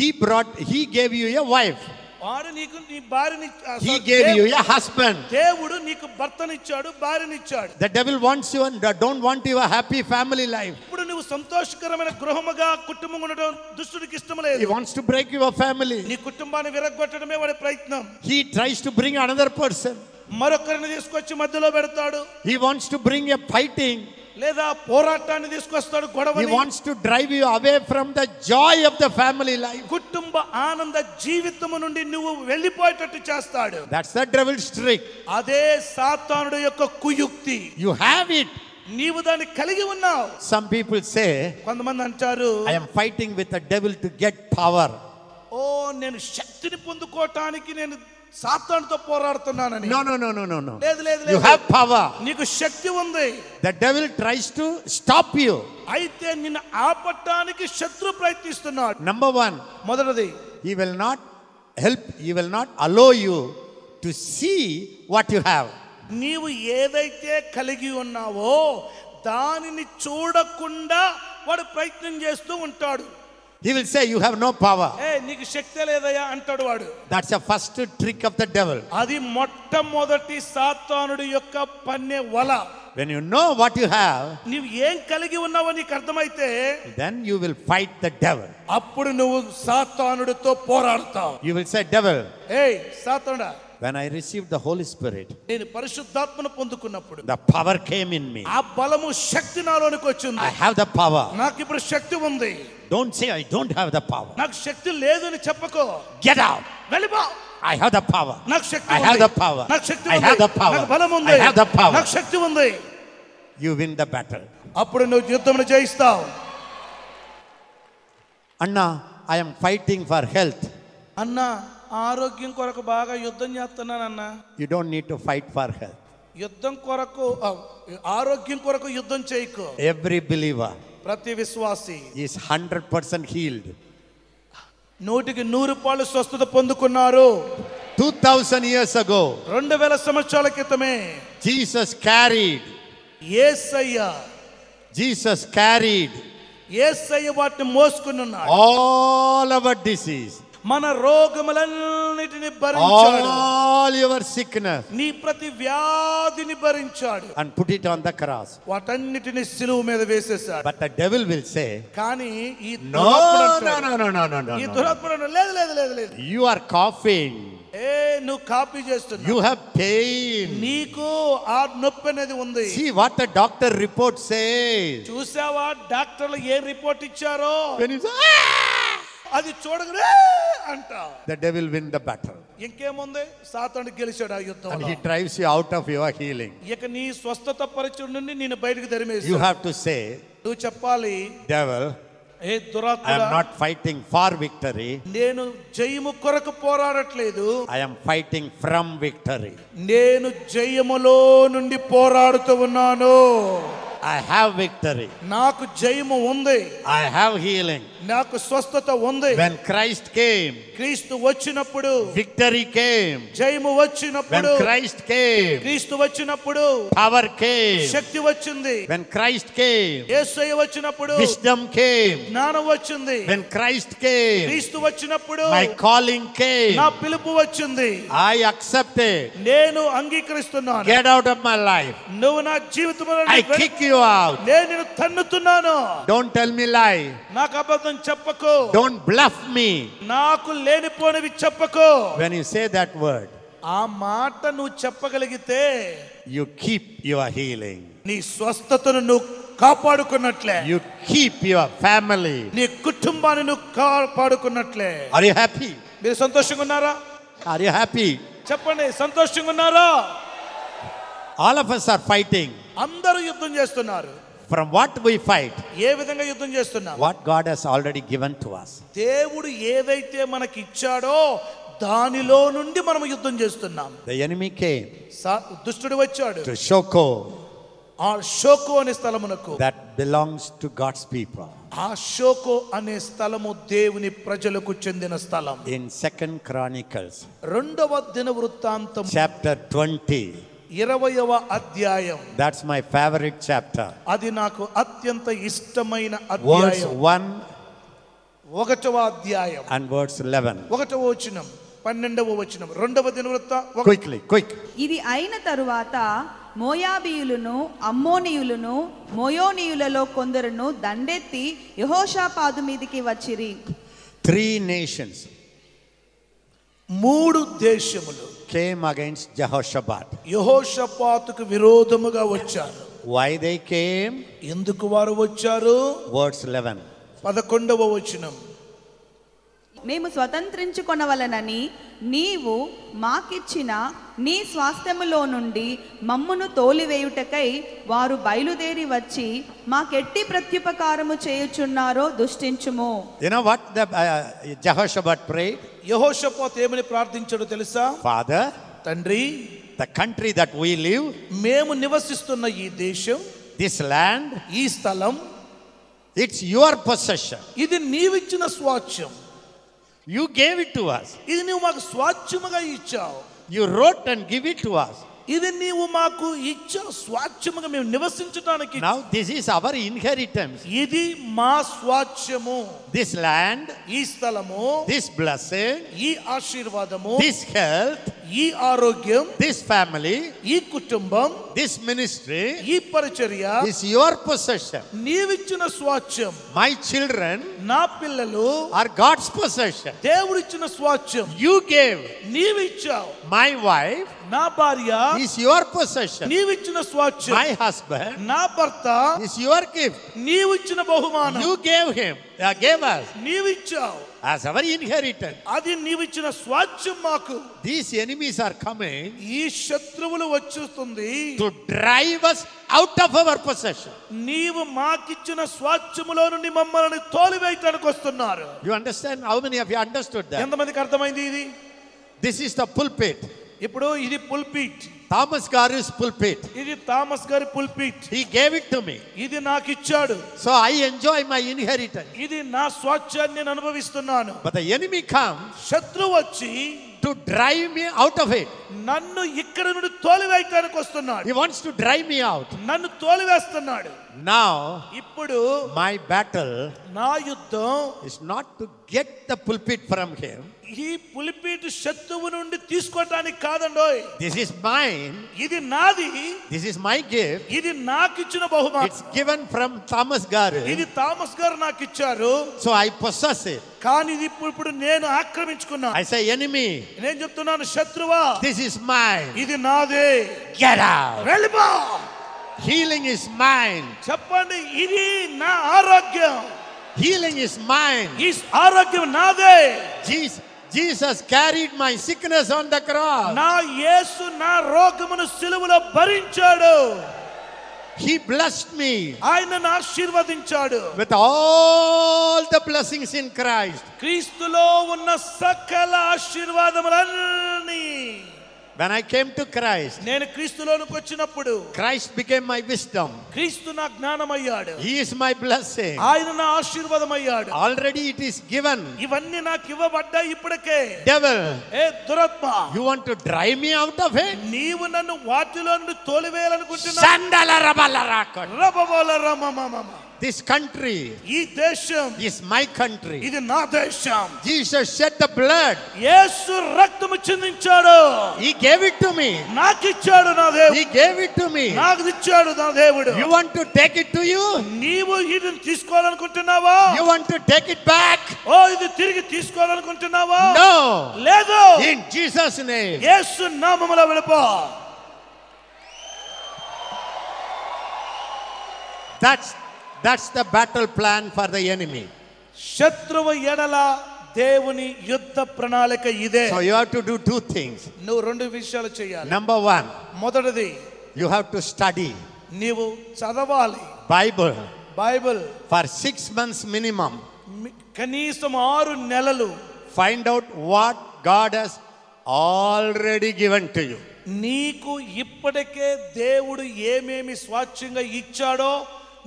[SPEAKER 1] He brought, he gave you a wife,
[SPEAKER 2] వాడు నీకు నీ భార్యని ఆ,
[SPEAKER 1] he
[SPEAKER 2] sorry,
[SPEAKER 1] gave you
[SPEAKER 2] దేవు-
[SPEAKER 1] a husband.
[SPEAKER 2] దేవుడు నీకు భర్తనిచ్చాడు భార్యనిచ్చాడు
[SPEAKER 1] The devil wants you and don't want you a happy family life.
[SPEAKER 2] ఇప్పుడు నువ్వు సంతోషకరమైన గృహముగా కుటుంబం ఉండడం దుష్టుడికి ఇష్టం
[SPEAKER 1] He
[SPEAKER 2] లేదు
[SPEAKER 1] wants to break your family.
[SPEAKER 2] నీ కుటుంబాన్ని విరగొట్టడమే వాడి ప్రయత్నం
[SPEAKER 1] He tries to bring another person.
[SPEAKER 2] మరొకరిని తీసుకొచ్చి మధ్యలో పెడతాడు
[SPEAKER 1] He wants to bring a fighting.
[SPEAKER 2] లేదా పోరాటాన్ని తీసుకొస్తాడు
[SPEAKER 1] He
[SPEAKER 2] గొడవ
[SPEAKER 1] wants to drive you away from the joy of the family life.
[SPEAKER 2] కుటుంబ ఆనంద జీవితము నుండి నువ్వు వెళ్ళిపోయేటట్టు చేస్తాడు
[SPEAKER 1] That's the devil's trick.
[SPEAKER 2] అదే సాతానుడు యొక్క కుయుక్తి
[SPEAKER 1] You have it.
[SPEAKER 2] నీవు దాన్ని కలిగి ఉన్నావు
[SPEAKER 1] Some people say,
[SPEAKER 2] కొంతమంది అంటారు
[SPEAKER 1] I am fighting with the devil to get power.
[SPEAKER 2] ఓ నేను శక్తిని పొందుకోవటానికి నేను సాతానుతో పోరాడుతున్నానని
[SPEAKER 1] No, no, no, no, no, no.
[SPEAKER 2] లేదు లేదు
[SPEAKER 1] You
[SPEAKER 2] లేదు
[SPEAKER 1] have power.
[SPEAKER 2] నీకు శక్తి ఉంది
[SPEAKER 1] The devil tries to stop you.
[SPEAKER 2] అయితే నిన్ను ఆపట్టానికి శత్రు ప్రయత్నిస్తున్నాడు
[SPEAKER 1] Number one,
[SPEAKER 2] మొదటిది
[SPEAKER 1] he will not help, he will not allow you to see what you have.
[SPEAKER 2] నీవు ఏదైతే కలిగి ఉన్నావో దానిని చూడకుండా వాడు ప్రయత్నం చేస్తూ ఉంటాడు
[SPEAKER 1] He will say, You have no power.
[SPEAKER 2] ఏ నీకు శక్తి లేదయ్యా అంటాడు వాడు
[SPEAKER 1] That's the first trick of the devil.
[SPEAKER 2] అది మొట్టమొదటి సాతానుడి యొక్క పన్నే వల
[SPEAKER 1] When you know what you have,
[SPEAKER 2] నీవు ఏం కలిగి ఉన్నావో నీకు అర్థమైతే
[SPEAKER 1] then you will fight the devil.
[SPEAKER 2] అప్పుడు నువ్వు సాతానుడితో పోరాడతావు
[SPEAKER 1] You will say, Devil,
[SPEAKER 2] ఏయ్ సాతానుడా
[SPEAKER 1] when I received the Holy Spirit,
[SPEAKER 2] నేను పరిశుద్ధాత్మను పొందుకున్నప్పుడు
[SPEAKER 1] the power came in me.
[SPEAKER 2] ఆ బలము శక్తి నాలోనికి వచ్చింది
[SPEAKER 1] I have the power.
[SPEAKER 2] నాకు ఇప్పుడు శక్తి ఉంది
[SPEAKER 1] Don't say, I don't have the power.
[SPEAKER 2] నాకు శక్తి లేదు అని చెప్పకో
[SPEAKER 1] Get out.
[SPEAKER 2] వెళ్ళిపో
[SPEAKER 1] I have the power.
[SPEAKER 2] నాకు శక్తి
[SPEAKER 1] I
[SPEAKER 2] ఉంది.
[SPEAKER 1] have the power.
[SPEAKER 2] నాకు శక్తి
[SPEAKER 1] I
[SPEAKER 2] ఉంది.
[SPEAKER 1] have the power.
[SPEAKER 2] నాకు బలం ఉంది
[SPEAKER 1] I have the power.
[SPEAKER 2] నాకు శక్తి ఉంది
[SPEAKER 1] You win the battle.
[SPEAKER 2] అప్పుడు నువ్వు యుద్ధమును జయిస్తావు
[SPEAKER 1] Anna, I am fighting for health.
[SPEAKER 2] అన్న ఆరోగ్యం కొరకు బాగా యుద్ధం చేస్తున్నానన్నా
[SPEAKER 1] You don't need to fight for health.
[SPEAKER 2] యుద్ధం కొరకు ఆ, ఆరోగ్యం కొరకు యుద్ధం చేయకు
[SPEAKER 1] Every believer
[SPEAKER 2] ప్రతి విశ్వాసి
[SPEAKER 1] is 100% healed.
[SPEAKER 2] నూటికి నూరు పాళ్ళు స్వస్థత పొందుకున్నారు
[SPEAKER 1] 2000 years ago,
[SPEAKER 2] రెండు వేల సంవత్సరాల క్రితమే
[SPEAKER 1] Jesus carried,
[SPEAKER 2] ఏసయ్య
[SPEAKER 1] Jesus carried
[SPEAKER 2] ఏసయ్య వాటిని మోసుకుని ఉన్నాడు
[SPEAKER 1] all our disease,
[SPEAKER 2] మన రోగములన్నిటిని భరించాడు
[SPEAKER 1] all your sickness,
[SPEAKER 2] నీ ప్రతి వ్యాధిని భరించాడు
[SPEAKER 1] and put it on the cross.
[SPEAKER 2] వాటన్నిటిని సిలువు మీద వేసేశాడు
[SPEAKER 1] But the devil will say,
[SPEAKER 2] కానీ ఈ
[SPEAKER 1] No,
[SPEAKER 2] దురాత్ముడు
[SPEAKER 1] no,
[SPEAKER 2] అంటాడు.
[SPEAKER 1] no, no, no, no, no.
[SPEAKER 2] ఈ
[SPEAKER 1] no.
[SPEAKER 2] దురాత్ముడు అంటాడు, లేదు లేదు లేదు లేదు
[SPEAKER 1] You are coughing.
[SPEAKER 2] ఏ నువ్వు కాపీ చేస్తున్నావు
[SPEAKER 1] You have pain.
[SPEAKER 2] నీకు ఆ నొప్పి అనేది ఉంది
[SPEAKER 1] See what the doctor report says.
[SPEAKER 2] చూసావా డాక్టర్లు ఏ రిపోర్ట్ ఇచ్చారో
[SPEAKER 1] When you say, "Ah!"
[SPEAKER 2] అది చూడగానే అంట
[SPEAKER 1] the devil win the battle.
[SPEAKER 2] ఇంకేముంది సాతాను గెలిచాడు ఆ
[SPEAKER 1] And
[SPEAKER 2] యుద్ధంలో
[SPEAKER 1] he drives you out of your healing.
[SPEAKER 2] ఇక నీ స్వస్థత పరిచయం నుండి నేను బయటకు
[SPEAKER 1] You
[SPEAKER 2] తరిమేసి
[SPEAKER 1] have to say,
[SPEAKER 2] నువ్వు చెప్పాలి
[SPEAKER 1] devil,
[SPEAKER 2] ఏ
[SPEAKER 1] I am
[SPEAKER 2] దురాత్మ
[SPEAKER 1] not fighting for victory.
[SPEAKER 2] నేను జయము కొరకు పోరాడట్లేదు
[SPEAKER 1] I am fighting from victory.
[SPEAKER 2] నేను జయములో నుండి పోరాడుతూ ఉన్నాను
[SPEAKER 1] I have victory.
[SPEAKER 2] నాకు జయము ఉంది
[SPEAKER 1] I have healing.
[SPEAKER 2] నాకు స్వస్థత ఉంది
[SPEAKER 1] When Christ came,
[SPEAKER 2] క్రీస్తు వచ్చినప్పుడు
[SPEAKER 1] victory came.
[SPEAKER 2] జయము
[SPEAKER 1] When
[SPEAKER 2] వచ్చినప్పుడు
[SPEAKER 1] Christ came,
[SPEAKER 2] క్రీస్తు వచ్చినప్పుడు
[SPEAKER 1] power came.
[SPEAKER 2] శక్తి వచ్చింది
[SPEAKER 1] When Christ came,
[SPEAKER 2] యేసయ్య వచ్చినప్పుడు
[SPEAKER 1] wisdom came.
[SPEAKER 2] జ్ఞానం వచ్చింది
[SPEAKER 1] When Christ came,
[SPEAKER 2] క్రీస్తు వచ్చినప్పుడు
[SPEAKER 1] my calling came.
[SPEAKER 2] నా పిలుపు వచ్చింది
[SPEAKER 1] I accept it.
[SPEAKER 2] నేను అంగీకరిస్తున్నాను
[SPEAKER 1] Get out of my life.
[SPEAKER 2] నువ్వు నా జీవితంలో
[SPEAKER 1] I kick you out.
[SPEAKER 2] నేను నిన్ను తన్నుతున్నాను
[SPEAKER 1] Don't tell me lie.
[SPEAKER 2] నాకు అబద్ధం చెప్పకు
[SPEAKER 1] Don't bluff me
[SPEAKER 2] నాకు లేనిపోనివి చెప్పకు
[SPEAKER 1] when you say that word.
[SPEAKER 2] ఆ మాట నువ్వు చెప్పగలిగితే
[SPEAKER 1] You keep your healing.
[SPEAKER 2] నీ స్వస్థతను నువ్వు కాపాడుకున్నట్లే
[SPEAKER 1] You keep your family.
[SPEAKER 2] నీ కుటుంబాన్ని నువ్వు కాపాడుకున్నట్లే
[SPEAKER 1] Are you happy?
[SPEAKER 2] మీరు సంతోషంగా ఉన్నారా
[SPEAKER 1] Are you happy?
[SPEAKER 2] చెప్పండి సంతోషంగా ఉన్నారా
[SPEAKER 1] All of us are fighting.
[SPEAKER 2] అందరూ యుద్ధం చేస్తున్నారు
[SPEAKER 1] From what we fight,
[SPEAKER 2] ఏ విధంగా యుద్ధం చేస్తున్నారు
[SPEAKER 1] what God has already given to us.
[SPEAKER 2] దేవుడు ఏదైతే మనకి ఇచ్చాడో దానిలో నుండి మనం యుద్ధం చేస్తున్నాం
[SPEAKER 1] The enemy came
[SPEAKER 2] సా- దుష్టుడు వచ్చాడు
[SPEAKER 1] to Shoko
[SPEAKER 2] ఆ షోకో అనే స్థలమునకు
[SPEAKER 1] that belongs to God's people.
[SPEAKER 2] ఆ షోకో అనే స్థలము దేవుని ప్రజలకు చెందిన స్థలం
[SPEAKER 1] In Second Chronicles,
[SPEAKER 2] రెండవ దిన వృత్తాంతం
[SPEAKER 1] chapter 20.
[SPEAKER 2] ఇరవయవ అధ్యాయం
[SPEAKER 1] That's my favorite chapter.
[SPEAKER 2] అది నాకు అత్యంత ఇష్టమైన
[SPEAKER 1] Verse
[SPEAKER 2] అధ్యాయం
[SPEAKER 1] 1
[SPEAKER 2] ఒకటవ అధ్యాయం
[SPEAKER 1] and verse 11.
[SPEAKER 2] ఒకటవ వచనం పన్నెండవ వచనం రెండవ దినవృత్త ఒక-
[SPEAKER 1] Quickly, quick.
[SPEAKER 3] ఇది అయిన తరువాత మోయాబీయులను అమ్మోనీయులను మోయోనీయులలో కొందరును దండెత్తి యహోషాపాదు మీదికి వచ్చిరి
[SPEAKER 1] Three nations
[SPEAKER 2] మూడు దేశములు
[SPEAKER 1] came against Jehoshabad.
[SPEAKER 2] యహోషపాతుకు విరోధముగా వచ్చారు
[SPEAKER 1] Why they came?
[SPEAKER 2] ఎందుకు వారు వచ్చారు
[SPEAKER 1] Verse 11.
[SPEAKER 2] పదకొండవ వచనం
[SPEAKER 3] మేము స్వతంత్రించుకొనవలనని నీవు మాకిచ్చిన నీ స్వాస్థ్యములో నుండి మమ్మును తోలివేయుటకై వారు బయలుదేరి వచ్చి మాకెట్టి ప్రత్యుపకారము చేయుచున్నారో దుష్టించుము
[SPEAKER 1] You know what the uh, Jehoshabad prayed?
[SPEAKER 2] యహోషపాత్ ఏమని ప్రార్థించాడో తెలుసా
[SPEAKER 1] Father,
[SPEAKER 2] తండ్రి
[SPEAKER 1] the country that we live,
[SPEAKER 2] మేము నివసిస్తున్న ఈ దేశం
[SPEAKER 1] this land,
[SPEAKER 2] ఈ స్థలం
[SPEAKER 1] it's your possession.
[SPEAKER 2] ఇది నీవిచ్చిన స్వాచ్ఛ్యం
[SPEAKER 1] You gave it to us.
[SPEAKER 2] ఇది నువ్వు మాకు స్వాచ్ఛ్యముగా ఇచ్చావు
[SPEAKER 1] You wrote and give it to us.
[SPEAKER 2] ఇది నీవు మాకు ఇచ్చావు స్వాచ్ఛ్యముగా మేము నివసించడానికి
[SPEAKER 1] Now this is our inheritance.
[SPEAKER 2] ఇది మా స్వాచ్ఛ్యము
[SPEAKER 1] This land,
[SPEAKER 2] ఈ స్థలము
[SPEAKER 1] this blessing,
[SPEAKER 2] ఈ ఆశీర్వాదము
[SPEAKER 1] this health,
[SPEAKER 2] ఈ ఆరోగ్యం
[SPEAKER 1] this family,
[SPEAKER 2] ఈ కుటుంబం
[SPEAKER 1] this ministry
[SPEAKER 2] ఈ పరిచర్య
[SPEAKER 1] is your possession.
[SPEAKER 2] నీవిచ్చిన స్వాచ్ఛ్యం
[SPEAKER 1] My children
[SPEAKER 2] నా పిల్లలు
[SPEAKER 1] are God's possession.
[SPEAKER 2] దేవుడిచ్చిన స్వాచ్ఛ్యం
[SPEAKER 1] You gave
[SPEAKER 2] నీవిచ్చావు
[SPEAKER 1] my wife
[SPEAKER 2] నా భార్య
[SPEAKER 1] is your possession.
[SPEAKER 2] నీవిచ్చిన స్వాచ్ఛ్యం
[SPEAKER 1] My husband
[SPEAKER 2] నా భర్త
[SPEAKER 1] is your gift.
[SPEAKER 2] నీవిచ్చిన బహుమానం
[SPEAKER 1] You gave him, uh, gave us
[SPEAKER 2] నీవిచ్చావు
[SPEAKER 1] as our inheritance.
[SPEAKER 2] అది నీవిచ్చిన స్వాచ్ఛ్యం మాకు
[SPEAKER 1] These enemies are coming
[SPEAKER 2] ఈ శత్రువులు వచ్చేస్తుంది
[SPEAKER 1] to drive us out of our possession.
[SPEAKER 2] నీవు మాకిచ్చిన స్వాచ్ఛములో నుండి మమ్మల్ని తోలివేయటానికి వస్తున్నారు
[SPEAKER 1] You understand? How many of you understood that?
[SPEAKER 2] ఎంతమందికి అర్థమైంది ఇది
[SPEAKER 1] This is the pulpit.
[SPEAKER 2] ఇప్పుడు ఇది పుల్పిట్
[SPEAKER 1] Thomas Garu's pulpit.
[SPEAKER 2] ఇది థామస్ గారి pulpit
[SPEAKER 1] He gave it to me.
[SPEAKER 2] ఇది నాకు ఇచ్చాడు
[SPEAKER 1] So I enjoy my inheritance.
[SPEAKER 2] ఇది నా స్వాచ్ఛాన్ని నేను అనుభవిస్తున్నాను
[SPEAKER 1] But the enemy comes
[SPEAKER 2] శత్రువు వచ్చి
[SPEAKER 1] to drive me out of it.
[SPEAKER 2] నన్ను ఇక్కడ నుండి తోలివేయటానికి వస్తున్నాడు
[SPEAKER 1] He wants to drive me out.
[SPEAKER 2] నన్ను తోలివేస్తున్నాడు
[SPEAKER 1] Now,
[SPEAKER 2] ఇప్పుడు
[SPEAKER 1] my battle
[SPEAKER 2] నా యుద్ధం
[SPEAKER 1] is not to get the pulpit from him.
[SPEAKER 2] ఈ పులిపీటు శత్రువు నుండి తీసుకోవటానికి కాదండోయ్
[SPEAKER 1] This is mine.
[SPEAKER 2] ఇది నాది
[SPEAKER 1] This is my gift.
[SPEAKER 2] ఇది నాకు ఇచ్చిన బహుమానం
[SPEAKER 1] It's given from Thomas Garu.
[SPEAKER 2] ఇది థామస్ గారు నాకు ఇచ్చారు
[SPEAKER 1] So I possess it.
[SPEAKER 2] కానీ ఇది ఇప్పుడు ఇప్పుడు నేను ఆక్రమించుకున్నా
[SPEAKER 1] I say, enemy,
[SPEAKER 2] నేను చెప్తున్నాను శత్రువా
[SPEAKER 1] this is mine.
[SPEAKER 2] ఇది నాదే
[SPEAKER 1] Get out.
[SPEAKER 2] వెళ్ళిపో
[SPEAKER 1] Healing is mine.
[SPEAKER 2] చెప్పండి ఇది నా ఆరోగ్యం
[SPEAKER 1] Healing is mine.
[SPEAKER 2] ఈ ఆరోగ్యం నాదే
[SPEAKER 1] Jesus, Jesus carried my sickness on the cross.
[SPEAKER 2] నా యేసు నా రోగమును సిలువలో భరించాడు
[SPEAKER 1] He blessed me
[SPEAKER 2] ఆయనను ఆశీర్వదించాడు
[SPEAKER 1] with all the blessings in Christ.
[SPEAKER 2] క్రీస్తులో ఉన్న సకల ఆశీర్వాదములన్నీ
[SPEAKER 1] When I came to Christ,
[SPEAKER 2] నేను క్రీస్తులోనికి వచ్చినప్పుడు
[SPEAKER 1] Christ became my wisdom.
[SPEAKER 2] క్రీస్తు నా జ్ఞానమయ్యాడు
[SPEAKER 1] He is my blessing.
[SPEAKER 2] ఆయన నా ఆశీర్వాదమయ్యాడు
[SPEAKER 1] Already it is given.
[SPEAKER 2] ఇవన్నీ నాకు ఇవ్వబడ్డాయి ఇప్పటికే
[SPEAKER 1] Devil,
[SPEAKER 2] A దురత్మ
[SPEAKER 1] you want to drive me out of it?
[SPEAKER 2] నీవు నన్ను వాటిలో నుండి తోలివేయాలనుకుంటున్నా
[SPEAKER 1] Sandalarabalarakat.
[SPEAKER 2] రబబోల రమమమమ.
[SPEAKER 1] This country
[SPEAKER 2] ఈ దేశం
[SPEAKER 1] is my country.
[SPEAKER 2] ఇది నా దేశం
[SPEAKER 1] Jesus shed the blood.
[SPEAKER 2] యేసు రక్తము చిందించాడు
[SPEAKER 1] He gave it to me.
[SPEAKER 2] నాకిచ్చాడు నా దేవుడు
[SPEAKER 1] He gave it to me.
[SPEAKER 2] నాకు ఇచ్చాడు నా దేవుడు
[SPEAKER 1] You want to take it to you?
[SPEAKER 2] నీవు ఇది తీసుకోవాలనుకుంటున్నావా
[SPEAKER 1] You want to take it back?
[SPEAKER 2] ఓ ఇది తిరిగి తీసుకోవాలనుకుంటున్నావా
[SPEAKER 1] No.
[SPEAKER 2] లేదు
[SPEAKER 1] In Jesus' name.
[SPEAKER 2] యేసు నామములో వెళ్ళిపో
[SPEAKER 1] That's that's the battle plan for the enemy.
[SPEAKER 2] శత్రువు ఎడల దేవుని యుద్ధ ప్రణాళిక ఇదే
[SPEAKER 1] So you have to do two things.
[SPEAKER 2] నువ్వు రెండు విషయాలు చేయాలి
[SPEAKER 1] Number one,
[SPEAKER 2] మొదటిది
[SPEAKER 1] you have to study
[SPEAKER 2] నీవు చదవాలి
[SPEAKER 1] Bible
[SPEAKER 2] Bible
[SPEAKER 1] for six months minimum.
[SPEAKER 2] మి- కనీసం ఆరు నెలలు
[SPEAKER 1] Find out what God has already given to you.
[SPEAKER 2] నీకు ఇప్పటికే దేవుడు ఏమేమి స్వాచ్ఛంగా ఇచ్చాడో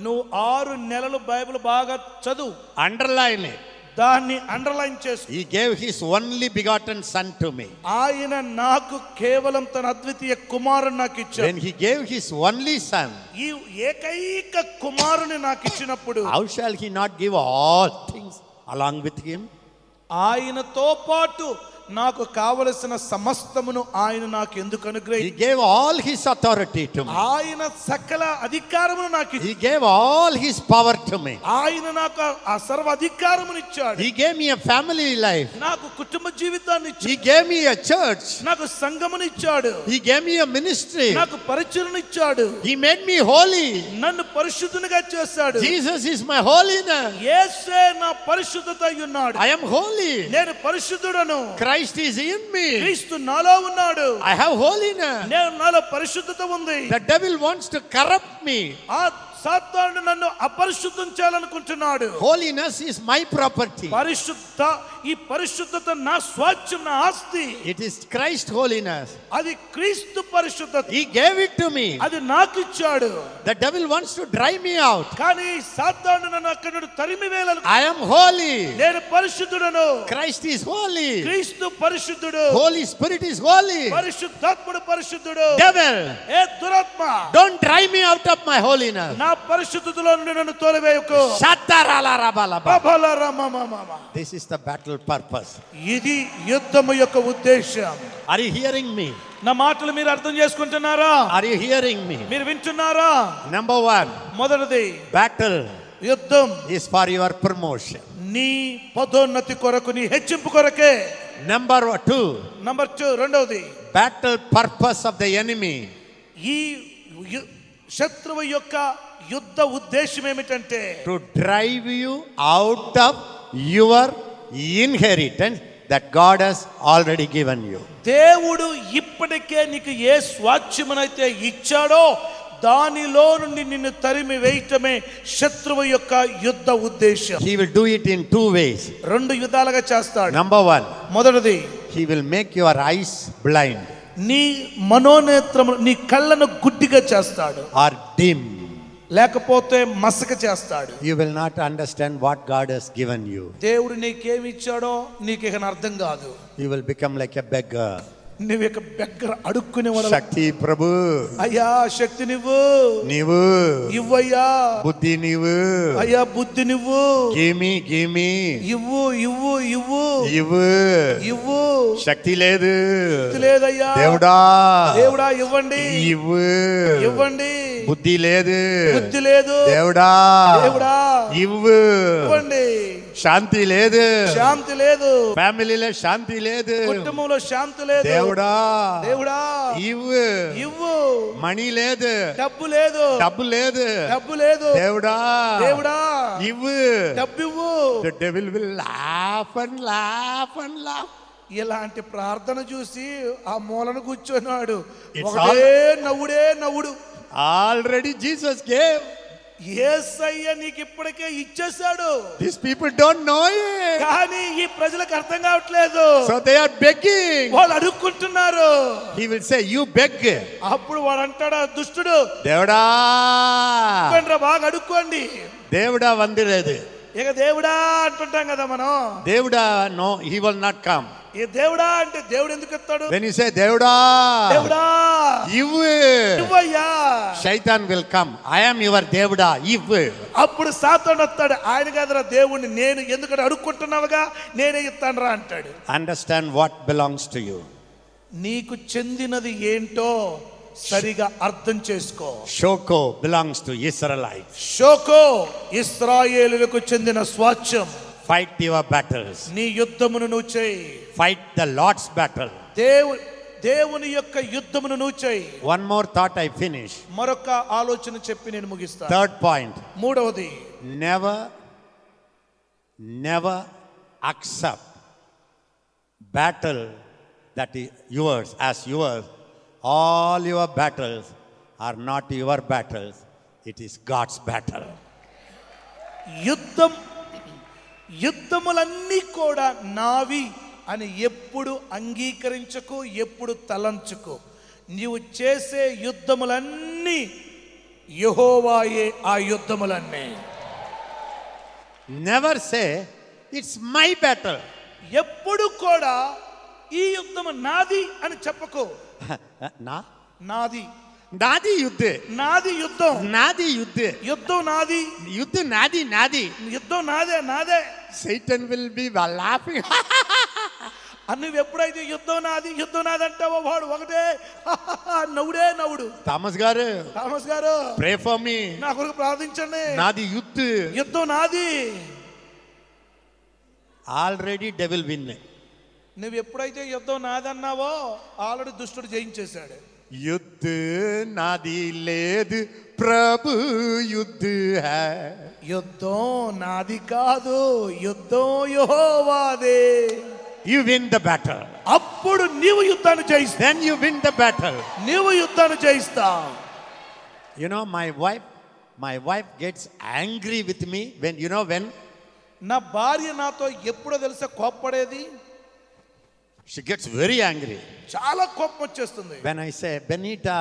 [SPEAKER 2] నువ్వు ఆరు నెలలు బైబిల్ బాగా చదువు
[SPEAKER 1] Underline it.
[SPEAKER 2] దాన్ని అండర్లైన్ చేసుకో
[SPEAKER 1] He gave his only begotten son to me.
[SPEAKER 2] ఆయన నాకు కేవలం తన అద్వితీయ కుమారుని నాకు
[SPEAKER 1] When
[SPEAKER 2] ఇచ్చాడు
[SPEAKER 1] he gave his only son,
[SPEAKER 2] ఈ ఏకైక కుమారుని నాకు ఇచ్చినప్పుడు
[SPEAKER 1] how shall he not give all things along with him?
[SPEAKER 2] ఆయనతో పాటు నాకు కావలసిన సమస్తమును ఆయన నాకు ఎందుకు
[SPEAKER 1] He
[SPEAKER 2] అనుగ్రహి
[SPEAKER 1] gave all his authority to me.
[SPEAKER 2] ఆయన సకల అధికారమును నాకు ఇచ్చి-
[SPEAKER 1] He gave all his power to me.
[SPEAKER 2] ఆయన నాకు ఆ సర్వ అధికారమును ఇచ్చాడు
[SPEAKER 1] He gave me a family life.
[SPEAKER 2] నాకు కుటుంబ జీవితాన్ని ఇచ్చాడు
[SPEAKER 1] He gave me a church.
[SPEAKER 2] నాకు సంఘమును ఇచ్చాడు
[SPEAKER 1] He gave me a ministry.
[SPEAKER 2] నాకు పరిచయను ఇచ్చాడు
[SPEAKER 1] He made me holy.
[SPEAKER 2] నన్ను పరిశుద్ధునిగా చేశాడు
[SPEAKER 1] Jesus is my holiness.
[SPEAKER 2] యేసే నా పరిశుద్ధత అయి ఉన్నాడు
[SPEAKER 1] I am holy.
[SPEAKER 2] నేను పరిశుద్ధుడను
[SPEAKER 1] Christ is in me.
[SPEAKER 2] క్రీస్తు నాలో ఉన్నాడు
[SPEAKER 1] I have holiness.
[SPEAKER 2] నేను నాలో పరిశుద్ధత ఉంది
[SPEAKER 1] The devil wants to corrupt me.
[SPEAKER 2] ఆ సాతాను నన్ను అపరిశుద్ధం చేయాలనుకుంటున్నాడు
[SPEAKER 1] Holiness is my property.
[SPEAKER 2] పరిశుద్ధ ఈ పరిశుద్ధత నా స్వాచ్యం నా ఆస్తి
[SPEAKER 1] It is Christ's holiness.
[SPEAKER 2] అది క్రీస్తు పరిశుద్ధత
[SPEAKER 1] He gave it to me.
[SPEAKER 2] అది నాకు ఇచ్చాడు
[SPEAKER 1] The devil wants to drive me out.
[SPEAKER 2] కానీ సాతాను నన్ను అక్కడ నుండి తరిమి వేయాలను
[SPEAKER 1] I am holy.
[SPEAKER 2] నేను పరిశుద్ధుడను
[SPEAKER 1] Christ is holy.
[SPEAKER 2] క్రీస్తు పరిశుద్ధుడు
[SPEAKER 1] Holy Spirit is holy.
[SPEAKER 2] పరిశుద్ధాత్ముడు పరిశుద్ధుడు
[SPEAKER 1] Devil,
[SPEAKER 2] ఏ దురాత్మ
[SPEAKER 1] don't drive me out of my holiness.
[SPEAKER 2] నా పరిశుద్ధతలో నుండి నన్ను తోలివేయకు
[SPEAKER 1] Shataralarabalaba.
[SPEAKER 2] ప్రభలరమమమమ.
[SPEAKER 1] This is the battle purpose.
[SPEAKER 2] ఇది యుద్ధము యొక్క ఉద్దేశం
[SPEAKER 1] Are you hearing me?
[SPEAKER 2] నా మాటలు మీరు అర్థం చేసుకుంటున్నారా
[SPEAKER 1] Are you hearing me?
[SPEAKER 2] మీరు వింటున్నారా
[SPEAKER 1] Number one,
[SPEAKER 2] మొదటిది
[SPEAKER 1] battle
[SPEAKER 2] యుద్ధం
[SPEAKER 1] is for your promotion.
[SPEAKER 2] నీ పదోన్నతి కొరకు నీ హెచ్చింపు కొరకే
[SPEAKER 1] Number two,
[SPEAKER 2] నంబర్ టూ రెండవది
[SPEAKER 1] battle purpose of the enemy
[SPEAKER 2] ఈ యు- శత్రువు యొక్క యుద్ధ ఉద్దేశం ఏమిటంటే
[SPEAKER 1] to drive you out of your inheritance that God has already given you.
[SPEAKER 2] దేవుడు ఇప్పటికే నీకు ఏ స్వాచ్యమునైతే ఇచ్చాడో దానిలో నుండి నిన్ను తరిమి వేయటమే శత్రువు యొక్క యుద్ధ ఉద్దేశం
[SPEAKER 1] He will do it in two ways.
[SPEAKER 2] రెండు విధాలుగా చేస్తాడు
[SPEAKER 1] Number one,
[SPEAKER 2] మొదటిది
[SPEAKER 1] He will make your eyes blind
[SPEAKER 2] నీ మనోనేత్రము నీ కళ్ళను గుడ్డిగా చేస్తాడు
[SPEAKER 1] or dim.
[SPEAKER 2] లేకపోతే మసక చేస్తాడు
[SPEAKER 1] You will not understand what God has given you.
[SPEAKER 2] దేవుడు నీకేమి ఇచ్చాడో నీకు ఇక అర్థం కాదు
[SPEAKER 1] You will become like a beggar.
[SPEAKER 2] నువ్వు ఇక దగ్గర అడుక్కునే వాడు
[SPEAKER 1] Shakti Prabhu,
[SPEAKER 2] అయ్యా శక్తి నువ్వు
[SPEAKER 1] Nivu,
[SPEAKER 2] ఇవ్వయ్యా
[SPEAKER 1] Buddhi Nivu,
[SPEAKER 2] అయ్యా బుద్ధి నువ్వు
[SPEAKER 1] Gimme, Gimme,
[SPEAKER 2] ఇవ్వు ఇవ్వు ఇవ్వు
[SPEAKER 1] Ivu,
[SPEAKER 2] ఇవ్వు
[SPEAKER 1] Shakti Ledu,
[SPEAKER 2] శక్తి లేదయ్యా
[SPEAKER 1] Devda,
[SPEAKER 2] దేవుడా ఇవ్వండి
[SPEAKER 1] Ivu,
[SPEAKER 2] ఇవ్వండి
[SPEAKER 1] బుద్ధి లేదు
[SPEAKER 2] బుద్ధి లేదు
[SPEAKER 1] దేవుడా
[SPEAKER 2] దేవుడా
[SPEAKER 1] ఇవ్వు
[SPEAKER 2] ఇవ్వండి
[SPEAKER 1] శాంతి లేదు
[SPEAKER 2] శాంతి లేదు
[SPEAKER 1] ఫ్యామిలీలో శాంతి లేదు
[SPEAKER 2] కుటుంబంలో శాంతి లేదు
[SPEAKER 1] దేవుడా
[SPEAKER 2] దేవుడా
[SPEAKER 1] ఇవ్వు
[SPEAKER 2] ఇవ్వు
[SPEAKER 1] మణి లేదు
[SPEAKER 2] డబ్బు లేదు
[SPEAKER 1] డబ్బు లేదు
[SPEAKER 2] డబ్బు లేదు
[SPEAKER 1] దేవుడా
[SPEAKER 2] దేవుడా
[SPEAKER 1] ఇవ్వు
[SPEAKER 2] డబ్బు ఇవ్వు
[SPEAKER 1] The devil will laugh and laugh and laugh.
[SPEAKER 2] ఇలాంటి ప్రార్థన చూసి ఆ మూలను కూర్చున్నాడు
[SPEAKER 1] It's
[SPEAKER 2] ఒకటే నవ్వుడే నవ్వుడు
[SPEAKER 1] Already Jesus gave.
[SPEAKER 2] ఏసయ్య నీకు ఇప్పటికే ఇచ్చేశాడు
[SPEAKER 1] These people don't know it.
[SPEAKER 2] కానీ ఈ ప్రజలకు అర్థం కావట్లేదు
[SPEAKER 1] So they are begging.
[SPEAKER 2] వాళ్ళు అడుక్కుంటున్నారు
[SPEAKER 1] He will say, You beg.
[SPEAKER 2] అప్పుడు వాడు అంటాడు ఆ దుష్టుడు
[SPEAKER 1] దేవుడా
[SPEAKER 2] "అడుక్కోండి రా, బాగా అడుక్కోండి
[SPEAKER 1] దేవుడా వందిలేదు
[SPEAKER 2] ఇక దేవుడా అంటుంటాం కదా మనం
[SPEAKER 1] దేవుడా no he will not come
[SPEAKER 2] ఈ దేవుడా అంటే దేవుడు ఎందుకు ఎత్తాడు
[SPEAKER 1] వెన్ యు సే దేవుడా
[SPEAKER 2] దేవుడా
[SPEAKER 1] ఇవ్
[SPEAKER 2] ఇవ్వయ్యా
[SPEAKER 1] శైతాన్ will come I am your దేవుడా ఇవ్
[SPEAKER 2] అప్పుడు సాతాను వస్తాడు ఆయన కదరా దేవుణ్ణి నేను ఎందుకంటే అడుక్కుంటున్నావుగా నేనే ఇస్తాను రా అంటాడు
[SPEAKER 1] understand what belongs to you
[SPEAKER 2] నీకు చెందినది ఏంటో సరిగా అర్థం చేసుకో
[SPEAKER 1] షోకో బిలాంగ్స్ టు ఇస్రాయలైట్స్
[SPEAKER 2] షోకో ఇస్రాయేలులకు చెందిన స్వాచ్యం
[SPEAKER 1] ఫైట్ యువర్ బ్యాటల్స్
[SPEAKER 2] నీ యుద్ధమును నువ్వు చేయి
[SPEAKER 1] ఫైట్ ద లార్డ్స్ బ్యాటల్
[SPEAKER 2] దేవు దేవుని యొక్క యుద్ధమును నువ్వు చేయి
[SPEAKER 1] one more thought I finish
[SPEAKER 2] మరొక ఆలోచన చెప్పి నేను ముగిస్తాను
[SPEAKER 1] థర్డ్ పాయింట్
[SPEAKER 2] మూడవది
[SPEAKER 1] never never accept battle that yours as yours all your battles are not your battles it is God's battle
[SPEAKER 2] యుద్ధం యుద్ధములన్నీ కూడా నావి అని ఎప్పుడు అంగీకరించకు ఎప్పుడు తలంచుకు నీవు చేసే యుద్ధములన్నీ యెహోవాయే ఆ యుద్ధములన్నీ
[SPEAKER 1] never say it's my battle
[SPEAKER 2] ఎప్పుడు కూడా ఈ యుద్ధము నాది అని చెప్పకు
[SPEAKER 1] నా
[SPEAKER 2] నాది
[SPEAKER 1] నాది యుద్ధే
[SPEAKER 2] నాది యుద్ధం
[SPEAKER 1] నాది యుద్ధే
[SPEAKER 2] యుద్ధం నాది
[SPEAKER 1] యుద్ధ నాది నాది
[SPEAKER 2] యుద్ధం నాదే నాదే
[SPEAKER 1] సైటన్ విల్ బి లాఫింగ్
[SPEAKER 2] నువ్వు ఎప్పుడైతే యుద్ధం నాది యుద్ధం నాది అంటావో వాడు ఒకటే నవ్వుడే నవ్వుడు
[SPEAKER 1] థామస్ గారు
[SPEAKER 2] థామస్ గారు
[SPEAKER 1] ప్రే ఫర్ మీ
[SPEAKER 2] నా కొరకు ప్రార్థించండి
[SPEAKER 1] నాది యుత్
[SPEAKER 2] యుద్ధం నాది
[SPEAKER 1] ఆల్రెడీ డెవిల్ విన్
[SPEAKER 2] నువ్వు ఎప్పుడైతే యుద్ధం నాదన్నావో ఆల్రెడీ దుష్టుడు జయించేశాడు
[SPEAKER 1] యుద్ధ నాది లేదు ప్రభు యుద్ధ హై
[SPEAKER 2] యుద్ధం నాది కాదు యుద్ధం యహోవాదే
[SPEAKER 1] యు విన్ ద బ్యాటల్
[SPEAKER 2] అప్పుడు నీవు యుద్ధాన్ని జయిస్తా
[SPEAKER 1] then you win the battle
[SPEAKER 2] నీవు యుద్ధాన్ని జయిస్తావు
[SPEAKER 1] You know, my wife, my wife gets angry with me when, you know, when
[SPEAKER 2] నా భార్య నాతో ఎప్పుడో తెలుసా కోప్పడేది
[SPEAKER 1] she gets very angry.
[SPEAKER 2] చాలా కోపం వచ్చేస్తుంది
[SPEAKER 1] When I say, Benita,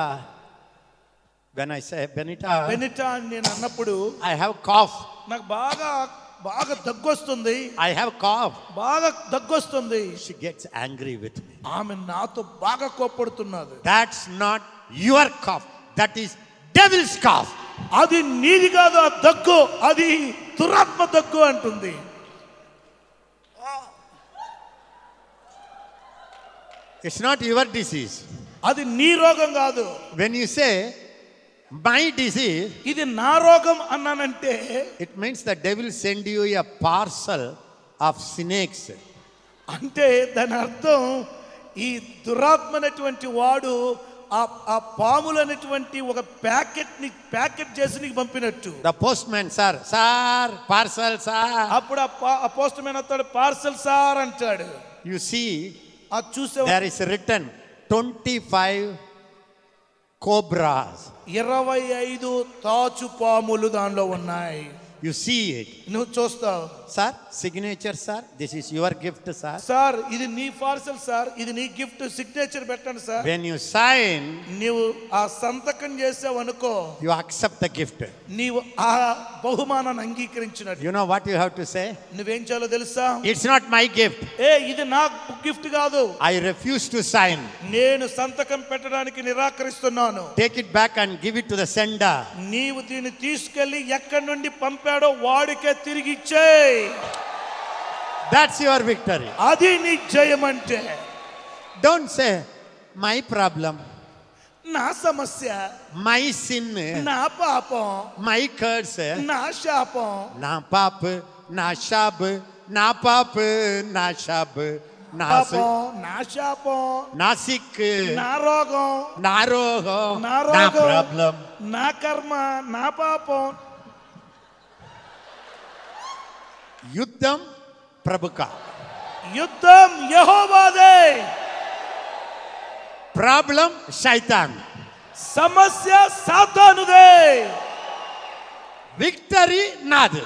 [SPEAKER 1] when I say, Benita,
[SPEAKER 2] వెనిట అని నేను అన్నప్పుడు
[SPEAKER 1] I have cough.
[SPEAKER 2] నాకు బాగా బాగా దగ్గొస్తుంది
[SPEAKER 1] I have cough.
[SPEAKER 2] బాగా దగ్గొస్తుంది
[SPEAKER 1] She gets angry with me.
[SPEAKER 2] ఆమె నాతో బాగా కోప్పడుతున్నది
[SPEAKER 1] That's not your cough. That is devil's cough.
[SPEAKER 2] అది నీది కాదు ఆ దగ్గు అది దురాత్మ దగ్గు అంటుంది
[SPEAKER 1] It's not your disease.
[SPEAKER 2] అది నీ రోగం కాదు
[SPEAKER 1] When you say, my disease,
[SPEAKER 2] ఇది నా రోగం అన్నానంటే
[SPEAKER 1] it means the devil send you a parcel of snakes.
[SPEAKER 2] అంటే దాని అర్థం ఈ దురాత్మ అనేటువంటి వాడు ఆ ఆ పాములు అనేటువంటి ఒక ప్యాకెట్ ని ప్యాకెట్ చేసి నీకు పంపినట్టు
[SPEAKER 1] The postman, sir, sir, parcel, sir.
[SPEAKER 2] అప్పుడు ఆ పా- ఆ పోస్ట్ మ్యాన్ అతడు పార్సల్ సార్ అంటాడు
[SPEAKER 1] You see,
[SPEAKER 2] అది చూసే
[SPEAKER 1] there is written 25 cobras.
[SPEAKER 2] ఇరవై ఐదు తాచు పాములు దానిలో ఉన్నాయి
[SPEAKER 1] You see it.
[SPEAKER 2] నువ్వు చూస్తావు
[SPEAKER 1] Sir, signature, sir. This is your gift, sir.
[SPEAKER 2] Sir ఇది నీ పార్సల్ సార్ ఇది నీ గిఫ్ట్ సిగ్నేచర్ పెట్టండి సార్
[SPEAKER 1] When you sign,
[SPEAKER 2] నీవు ఆ సంతకం చేసావు అనుకో
[SPEAKER 1] you accept the gift.
[SPEAKER 2] నీవు ఆ బహుమానాన్ని అంగీకరించినట్టు
[SPEAKER 1] You know what you have to say?
[SPEAKER 2] నువ్వేం చేయాలో తెలుసా
[SPEAKER 1] It's not my gift.
[SPEAKER 2] ఏ ఇది నా గిఫ్ట్ కాదు
[SPEAKER 1] I refuse to sign.
[SPEAKER 2] నేను సంతకం పెట్టడానికి నిరాకరిస్తున్నాను
[SPEAKER 1] Take it back and give it to the sender.
[SPEAKER 2] నీవు దీన్ని తీసుకెళ్లి ఎక్కడి నుండి పంపాడో వాడికే తిరిగి ఇచ్చేయ్
[SPEAKER 1] That's your victory.
[SPEAKER 2] అది నీ జయం అంటే
[SPEAKER 1] Don't say, my problem,
[SPEAKER 2] నా సమస్య
[SPEAKER 1] my sin,
[SPEAKER 2] నా పాపం
[SPEAKER 1] my curse.
[SPEAKER 2] నా శాపం
[SPEAKER 1] నా పాప నా శాప నా పాప నా శాప నా సు-
[SPEAKER 2] పాపం నా శాపం
[SPEAKER 1] నా సిక్
[SPEAKER 2] నా రోగం
[SPEAKER 1] నా రోగం
[SPEAKER 2] నా
[SPEAKER 1] నా
[SPEAKER 2] రోగం
[SPEAKER 1] ప్రాబ్లం
[SPEAKER 2] నా కర్మ నా పాపం
[SPEAKER 1] యుద్ధం ప్రభుక
[SPEAKER 2] యుద్ధం యహోవాదే
[SPEAKER 1] ప్రాబ్లం శైతాన్
[SPEAKER 2] సమస్య సాతానుదే
[SPEAKER 1] విక్టరీ నాది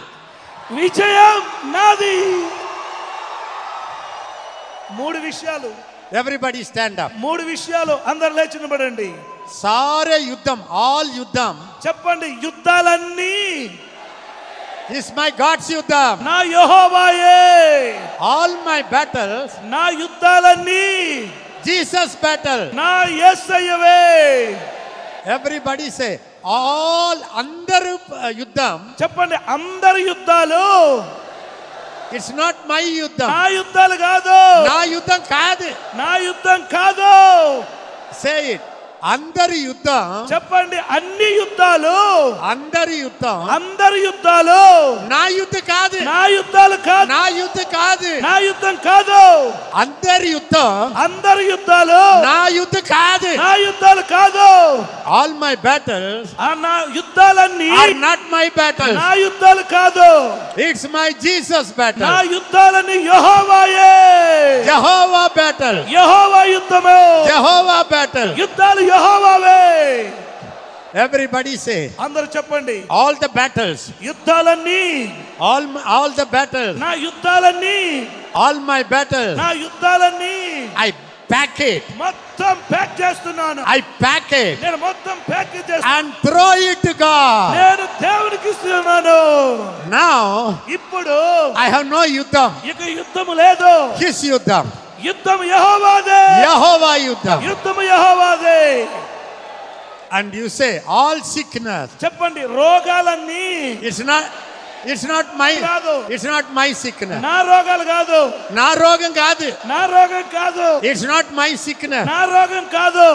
[SPEAKER 2] విజయం నాది మూడు విషయాలు
[SPEAKER 1] ఎవ్రీబడి స్టాండ్ అప్
[SPEAKER 2] మూడు విషయాలు అందరు లేచి నిలబడండి
[SPEAKER 1] సారే యుద్ధం ఆల్ యుద్ధం
[SPEAKER 2] చెప్పండి యుద్ధాలన్నీ
[SPEAKER 1] ఇస్ మై గాడ్స్ యుద్ధం
[SPEAKER 2] నా యహోవాయే
[SPEAKER 1] ఆల్ మై బ్యాటల్స్
[SPEAKER 2] నా యుద్ధాలన్నీ
[SPEAKER 1] జీసస్ బ్యాటల్
[SPEAKER 2] నా యేసయ్యవే
[SPEAKER 1] ఎవ్రీబడి సే ఆల్ అందరూ uh, యుద్ధం
[SPEAKER 2] చెప్పండి అందరి యుద్ధాలు
[SPEAKER 1] ఇట్స్ నాట్ మై యుద్ధం
[SPEAKER 2] నా యుద్ధాలు కాదు
[SPEAKER 1] నా యుద్ధం కాదు
[SPEAKER 2] నా యుద్ధం కాదు
[SPEAKER 1] సే ఇట్ అందరి యుద్ధం
[SPEAKER 2] చెప్పండి అన్ని యుద్ధాలు
[SPEAKER 1] అందరి యుద్ధం
[SPEAKER 2] అందరి యుద్ధాలు
[SPEAKER 1] నా యుద్ధ కాదు
[SPEAKER 2] నా యుద్ధాలు కాదు
[SPEAKER 1] నా యుద్ధ కాదు
[SPEAKER 2] నా యుద్ధం కాదు
[SPEAKER 1] అందరి యుద్ధం
[SPEAKER 2] అందరి యుద్ధాలు
[SPEAKER 1] నా యుద్ధ కాదు
[SPEAKER 2] నా యుద్ధాలు కాదు
[SPEAKER 1] ఆల్ మై బ్యాటల్స్
[SPEAKER 2] ఆ నా యుద్ధాలన్నీ
[SPEAKER 1] ఆర్ నాట్ మై బ్యాటల్స్
[SPEAKER 2] నా యుద్ధాలు కాదు
[SPEAKER 1] ఇట్స్ మై జీసస్
[SPEAKER 2] నా
[SPEAKER 1] బ్యాటల్
[SPEAKER 2] యుద్ధాలని యహోవాయే
[SPEAKER 1] యెహోవా బ్యాటల్
[SPEAKER 2] యహోవా యుద్ధము
[SPEAKER 1] యెహోవా బ్యాటల్
[SPEAKER 2] యుద్ధాలు యహోవావే
[SPEAKER 1] ఎవ్రీబడి సే
[SPEAKER 2] అందరూ చెప్పండి
[SPEAKER 1] ఆల్ ద బ్యాటల్స్
[SPEAKER 2] యుద్ధాలన్నీ
[SPEAKER 1] ఆల్ ఆల్ ద బ్యాటల్స్
[SPEAKER 2] నా యుద్ధాలన్నీ
[SPEAKER 1] ఆల్ మై బ్యాటల్స్
[SPEAKER 2] నా యుద్ధాలన్నీ
[SPEAKER 1] ఐ ప్యాక్ ఇట్
[SPEAKER 2] మొత్తం ప్యాక్ చేస్తున్నాను
[SPEAKER 1] ఐ ప్యాక్ ఇట్
[SPEAKER 2] నేను మొత్తం ప్యాక్ చేస్తాను
[SPEAKER 1] and throw it to God.
[SPEAKER 2] నేను దేవునికి ఇస్తున్నాను
[SPEAKER 1] Now
[SPEAKER 2] ఇప్పుడు
[SPEAKER 1] I have no yuddham.
[SPEAKER 2] ఇక యుద్ధము లేదు
[SPEAKER 1] His yuddham.
[SPEAKER 2] యుద్ధం యహోవాదే
[SPEAKER 1] Yehovah yuddham.
[SPEAKER 2] యుద్ధము యహోవాదే
[SPEAKER 1] And you say all sickness.
[SPEAKER 2] చెప్పండి రోగాలన్నీ
[SPEAKER 1] It's not it's not my
[SPEAKER 2] కాదు.
[SPEAKER 1] ఇట్స్ నాట్ మై సిక్నెస్
[SPEAKER 2] నా రోగాలు కాదు
[SPEAKER 1] నా రోగం కాదు
[SPEAKER 2] నా రోగం కాదు
[SPEAKER 1] ఇట్స్ నాట్ మై సిక్నెస్
[SPEAKER 2] నా రోగం కాదు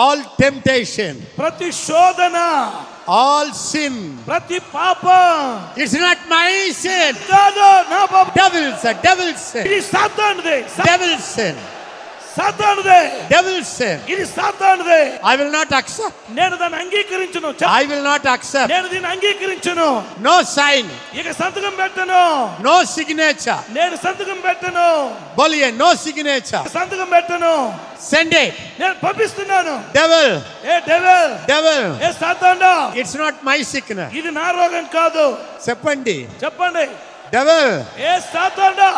[SPEAKER 1] ఆల్ టెంప్టేషన్
[SPEAKER 2] ప్రతి శోధన
[SPEAKER 1] ఆల్ సిన్
[SPEAKER 2] ప్రతి పాపం
[SPEAKER 1] ఇట్స్ నాట్ మై సిన్
[SPEAKER 2] కాదు నా పాపం
[SPEAKER 1] డబుల్స్ డబుల్స్
[SPEAKER 2] ఇది సాతానుదే
[SPEAKER 1] డబుల్ సిన్
[SPEAKER 2] సాతానుదే
[SPEAKER 1] డబుల్ సిన్
[SPEAKER 2] ఇది సాతానుదే
[SPEAKER 1] ఐ విల్ నాట్ అక్సెప్ట్
[SPEAKER 2] నేను దాన్ని అంగీకరించను చెప్ప-
[SPEAKER 1] ఐ విల్ నాట్ అక్సెప్ట్
[SPEAKER 2] నేను దీన్ని అంగీకరించను
[SPEAKER 1] నో సైన్
[SPEAKER 2] ఇక సంతకం పెట్టను
[SPEAKER 1] నో సిగ్నేచర్
[SPEAKER 2] నేను సంతకం పెట్టను
[SPEAKER 1] బొలియే నో సిగ్నేచర్
[SPEAKER 2] సంతకం పెట్టను
[SPEAKER 1] సెండ్ ఇట్
[SPEAKER 2] నేను పంపిస్తున్నాను
[SPEAKER 1] డెవల్
[SPEAKER 2] ఏ డెవల్
[SPEAKER 1] డెవల్
[SPEAKER 2] ఏ సాతాండా
[SPEAKER 1] ఇట్స్ నాట్ మై సిక్నెస్
[SPEAKER 2] ఇది నా రోగం కాదు
[SPEAKER 1] చెప్పండి
[SPEAKER 2] చెప్పండి
[SPEAKER 1] డెవల్
[SPEAKER 2] ఏ సాతాండా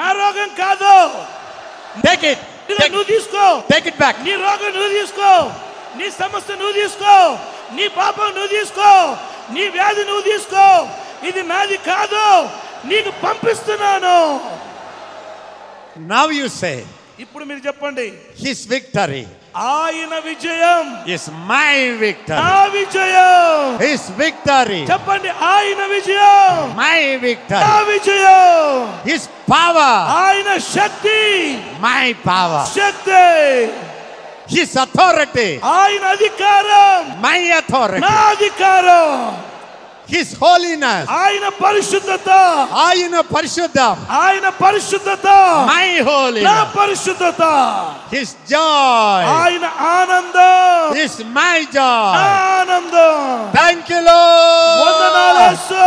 [SPEAKER 2] నా రోగం కాదు
[SPEAKER 1] టేక్ ఇట్
[SPEAKER 2] ఇది నువ్వు తీసుకో
[SPEAKER 1] టేక్ ఇట్ బ్యాక్
[SPEAKER 2] నీ రోగం నువ్వు తీసుకో నీ సమస్య నువ్వు తీసుకో నీ పాపం నువ్వు తీసుకో నీ వ్యాధి నువ్వు తీసుకో ఇది నాది కాదు నీకు పంపిస్తున్నాను
[SPEAKER 1] నవ్ యు సే
[SPEAKER 2] ఇప్పుడు మీరు చెప్పండి
[SPEAKER 1] హిస్ విక్టరీ
[SPEAKER 2] ఆయన విజయం
[SPEAKER 1] ఇస్ మై
[SPEAKER 2] నా
[SPEAKER 1] విక్టరీ
[SPEAKER 2] విజయం
[SPEAKER 1] హిస్ విక్టరీ
[SPEAKER 2] చెప్పండి ఆయన విజయం
[SPEAKER 1] మై
[SPEAKER 2] నా
[SPEAKER 1] విక్టరీ
[SPEAKER 2] విజయం
[SPEAKER 1] హిస్ పవర్
[SPEAKER 2] ఆయన శక్తి
[SPEAKER 1] మై పవర్
[SPEAKER 2] శక్తి
[SPEAKER 1] హిస్ అథారిటీ
[SPEAKER 2] ఆయన అధికారం
[SPEAKER 1] మై అథారిటీ
[SPEAKER 2] నా అధికారం
[SPEAKER 1] హిస్ హోలీనెస్
[SPEAKER 2] ఆయన పరిశుద్ధత
[SPEAKER 1] ఆయన పరిశుద్ధం
[SPEAKER 2] ఆయన పరిశుద్ధత
[SPEAKER 1] మై హోలీ
[SPEAKER 2] నా పరిశుద్ధత
[SPEAKER 1] హిస్ జాయ్
[SPEAKER 2] ఆయన ఆనందం
[SPEAKER 1] హిస్ మై
[SPEAKER 2] నా
[SPEAKER 1] జాయ్
[SPEAKER 2] ఆనందం
[SPEAKER 1] థ్యాంక్ యూ లో
[SPEAKER 2] వందనాలు యేసు.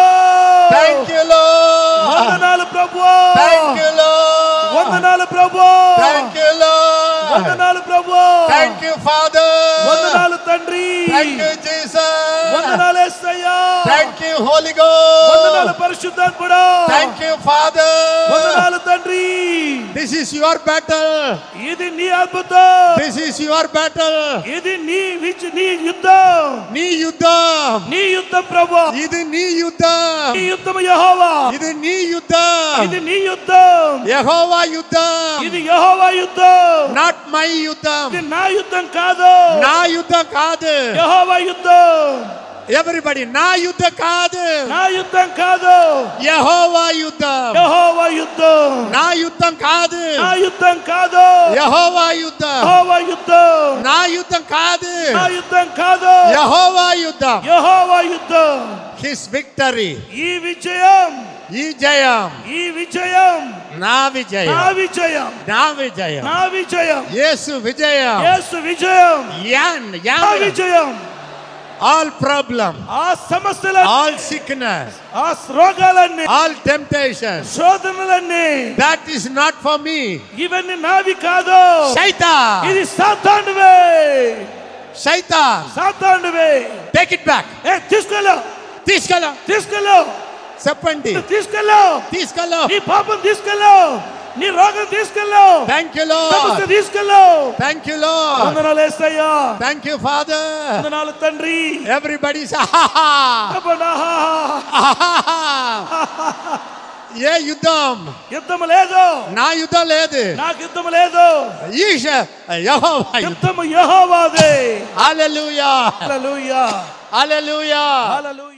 [SPEAKER 1] థ్యాంక్ యూ లో
[SPEAKER 2] వందనాలు ప్రభు
[SPEAKER 1] థ్యాంక్ యూ లో
[SPEAKER 2] వందనాలు ప్రభు
[SPEAKER 1] థ్యాంక్ యూ లో
[SPEAKER 2] వందనాలు ప్రభు
[SPEAKER 1] థ్యాంక్ యూ ఫాదర్
[SPEAKER 2] వందనాలు తండ్రి
[SPEAKER 1] థ్యాంక్ యూ జీసస్
[SPEAKER 2] వందనాలు యేసయ్యా
[SPEAKER 1] థ్యాంక్ యూ హోలీ
[SPEAKER 2] వందనాలు
[SPEAKER 1] గోస్ట్
[SPEAKER 2] పరిశుద్ధాత్ముడా
[SPEAKER 1] థ్యాంక్ యూ ఫాదర్
[SPEAKER 2] వందనాలు తండ్రి
[SPEAKER 1] దిస్ ఈస్ యువర్ బ్యాటల్
[SPEAKER 2] ఇది నీ అద్భుతం
[SPEAKER 1] దిస్ ఈస్ యువర్ బ్యాటల్
[SPEAKER 2] ఇది నీ విజ నీ యుద్ధం
[SPEAKER 1] నీ యుద్ధం
[SPEAKER 2] నీ యుద్ధం ప్రభు
[SPEAKER 1] ఇది నీ యుద్ధం
[SPEAKER 2] నీ యుద్ధం యెహోవా
[SPEAKER 1] ఇది నీ యుద్ధం
[SPEAKER 2] ఇది నీ యుద్ధం
[SPEAKER 1] యహోవా యుద్ధం
[SPEAKER 2] ఇది యెహోవా యుద్ధం
[SPEAKER 1] నాట్ మై యుద్ధం
[SPEAKER 2] ఇది నా యుద్ధం కాదు
[SPEAKER 1] నా యుద్ధం కాదు
[SPEAKER 2] యెహోవా యుద్ధం
[SPEAKER 1] ఎవరిబడి నా యుద్ధం కాదు
[SPEAKER 2] నా యుద్ధం కాదు
[SPEAKER 1] యహోవా యుద్ధం
[SPEAKER 2] యెహోవా యుద్ధం
[SPEAKER 1] నా యుద్ధం కాదు
[SPEAKER 2] నా యుద్ధం కాదు
[SPEAKER 1] యహోవా యుద్ధం
[SPEAKER 2] యెహోవా యుద్ధం
[SPEAKER 1] నా యుద్ధం కాదు
[SPEAKER 2] నా యుద్ధం కాదు
[SPEAKER 1] యహోవా యుద్ధం
[SPEAKER 2] యెహోవా యుద్ధం
[SPEAKER 1] హిస్ విక్టరీ
[SPEAKER 2] ఈ విజయం
[SPEAKER 1] ఈ జయం
[SPEAKER 2] ఈ విజయం
[SPEAKER 1] నా
[SPEAKER 2] నా
[SPEAKER 1] విజయం
[SPEAKER 2] విజయం
[SPEAKER 1] నా విజయం
[SPEAKER 2] నా విజయం
[SPEAKER 1] యేసు విజయం
[SPEAKER 2] యేసు విజయం
[SPEAKER 1] యాన్
[SPEAKER 2] నా
[SPEAKER 1] యాన్
[SPEAKER 2] విజయం
[SPEAKER 1] ఆల్ ప్రాబ్లం
[SPEAKER 2] ఆ సమస్యల
[SPEAKER 1] ఆల్ సిక్నెస్
[SPEAKER 2] ఆ రోగాలన్నీ
[SPEAKER 1] ఆల్ టెంప్టేషన్స్
[SPEAKER 2] శోధనలన్నీ
[SPEAKER 1] that is not for me
[SPEAKER 2] ఇవన్నీ నావి కాదు
[SPEAKER 1] సైతాన్
[SPEAKER 2] ఇది సాతాండువే
[SPEAKER 1] సైతాన్
[SPEAKER 2] సాతాండువే
[SPEAKER 1] టేక్ ఇట్ బ్యాక్
[SPEAKER 2] ఏ తీసుకెళ్ళు
[SPEAKER 1] తీసుకెళ్ళ
[SPEAKER 2] తీసుకెళ్ళు
[SPEAKER 1] చెప్పండి
[SPEAKER 2] తీసుకెళ్ళు
[SPEAKER 1] తీసుకెళ్ళ
[SPEAKER 2] నీ పాపం తీసుకెళ్ళు నీ రోగం తీసుకెళ్ళు
[SPEAKER 1] థ్యాంక్ యూ లో
[SPEAKER 2] సమస్య తీసుకెళ్ళు
[SPEAKER 1] థ్యాంక్ యూ లో
[SPEAKER 2] వందనాలు ఏసయ్యా
[SPEAKER 1] థ్యాంక్ యూ ఫాదర్
[SPEAKER 2] వందనాలు తండ్రి
[SPEAKER 1] ఎవ్రీబడి
[SPEAKER 2] అబ్బనాహాహా.
[SPEAKER 1] ఏ యుద్ధం
[SPEAKER 2] యుద్ధం లేదు
[SPEAKER 1] నా యుద్ధం లేదు
[SPEAKER 2] నాకు యుద్ధం లేదు
[SPEAKER 1] ఈశ యెహోవా యుద్ధం
[SPEAKER 2] యుద్ధం యహోవాదే
[SPEAKER 1] హల్లెలూయా
[SPEAKER 2] హల్లెలూయా
[SPEAKER 1] హల్లెలూయా
[SPEAKER 2] హల్లెలూయా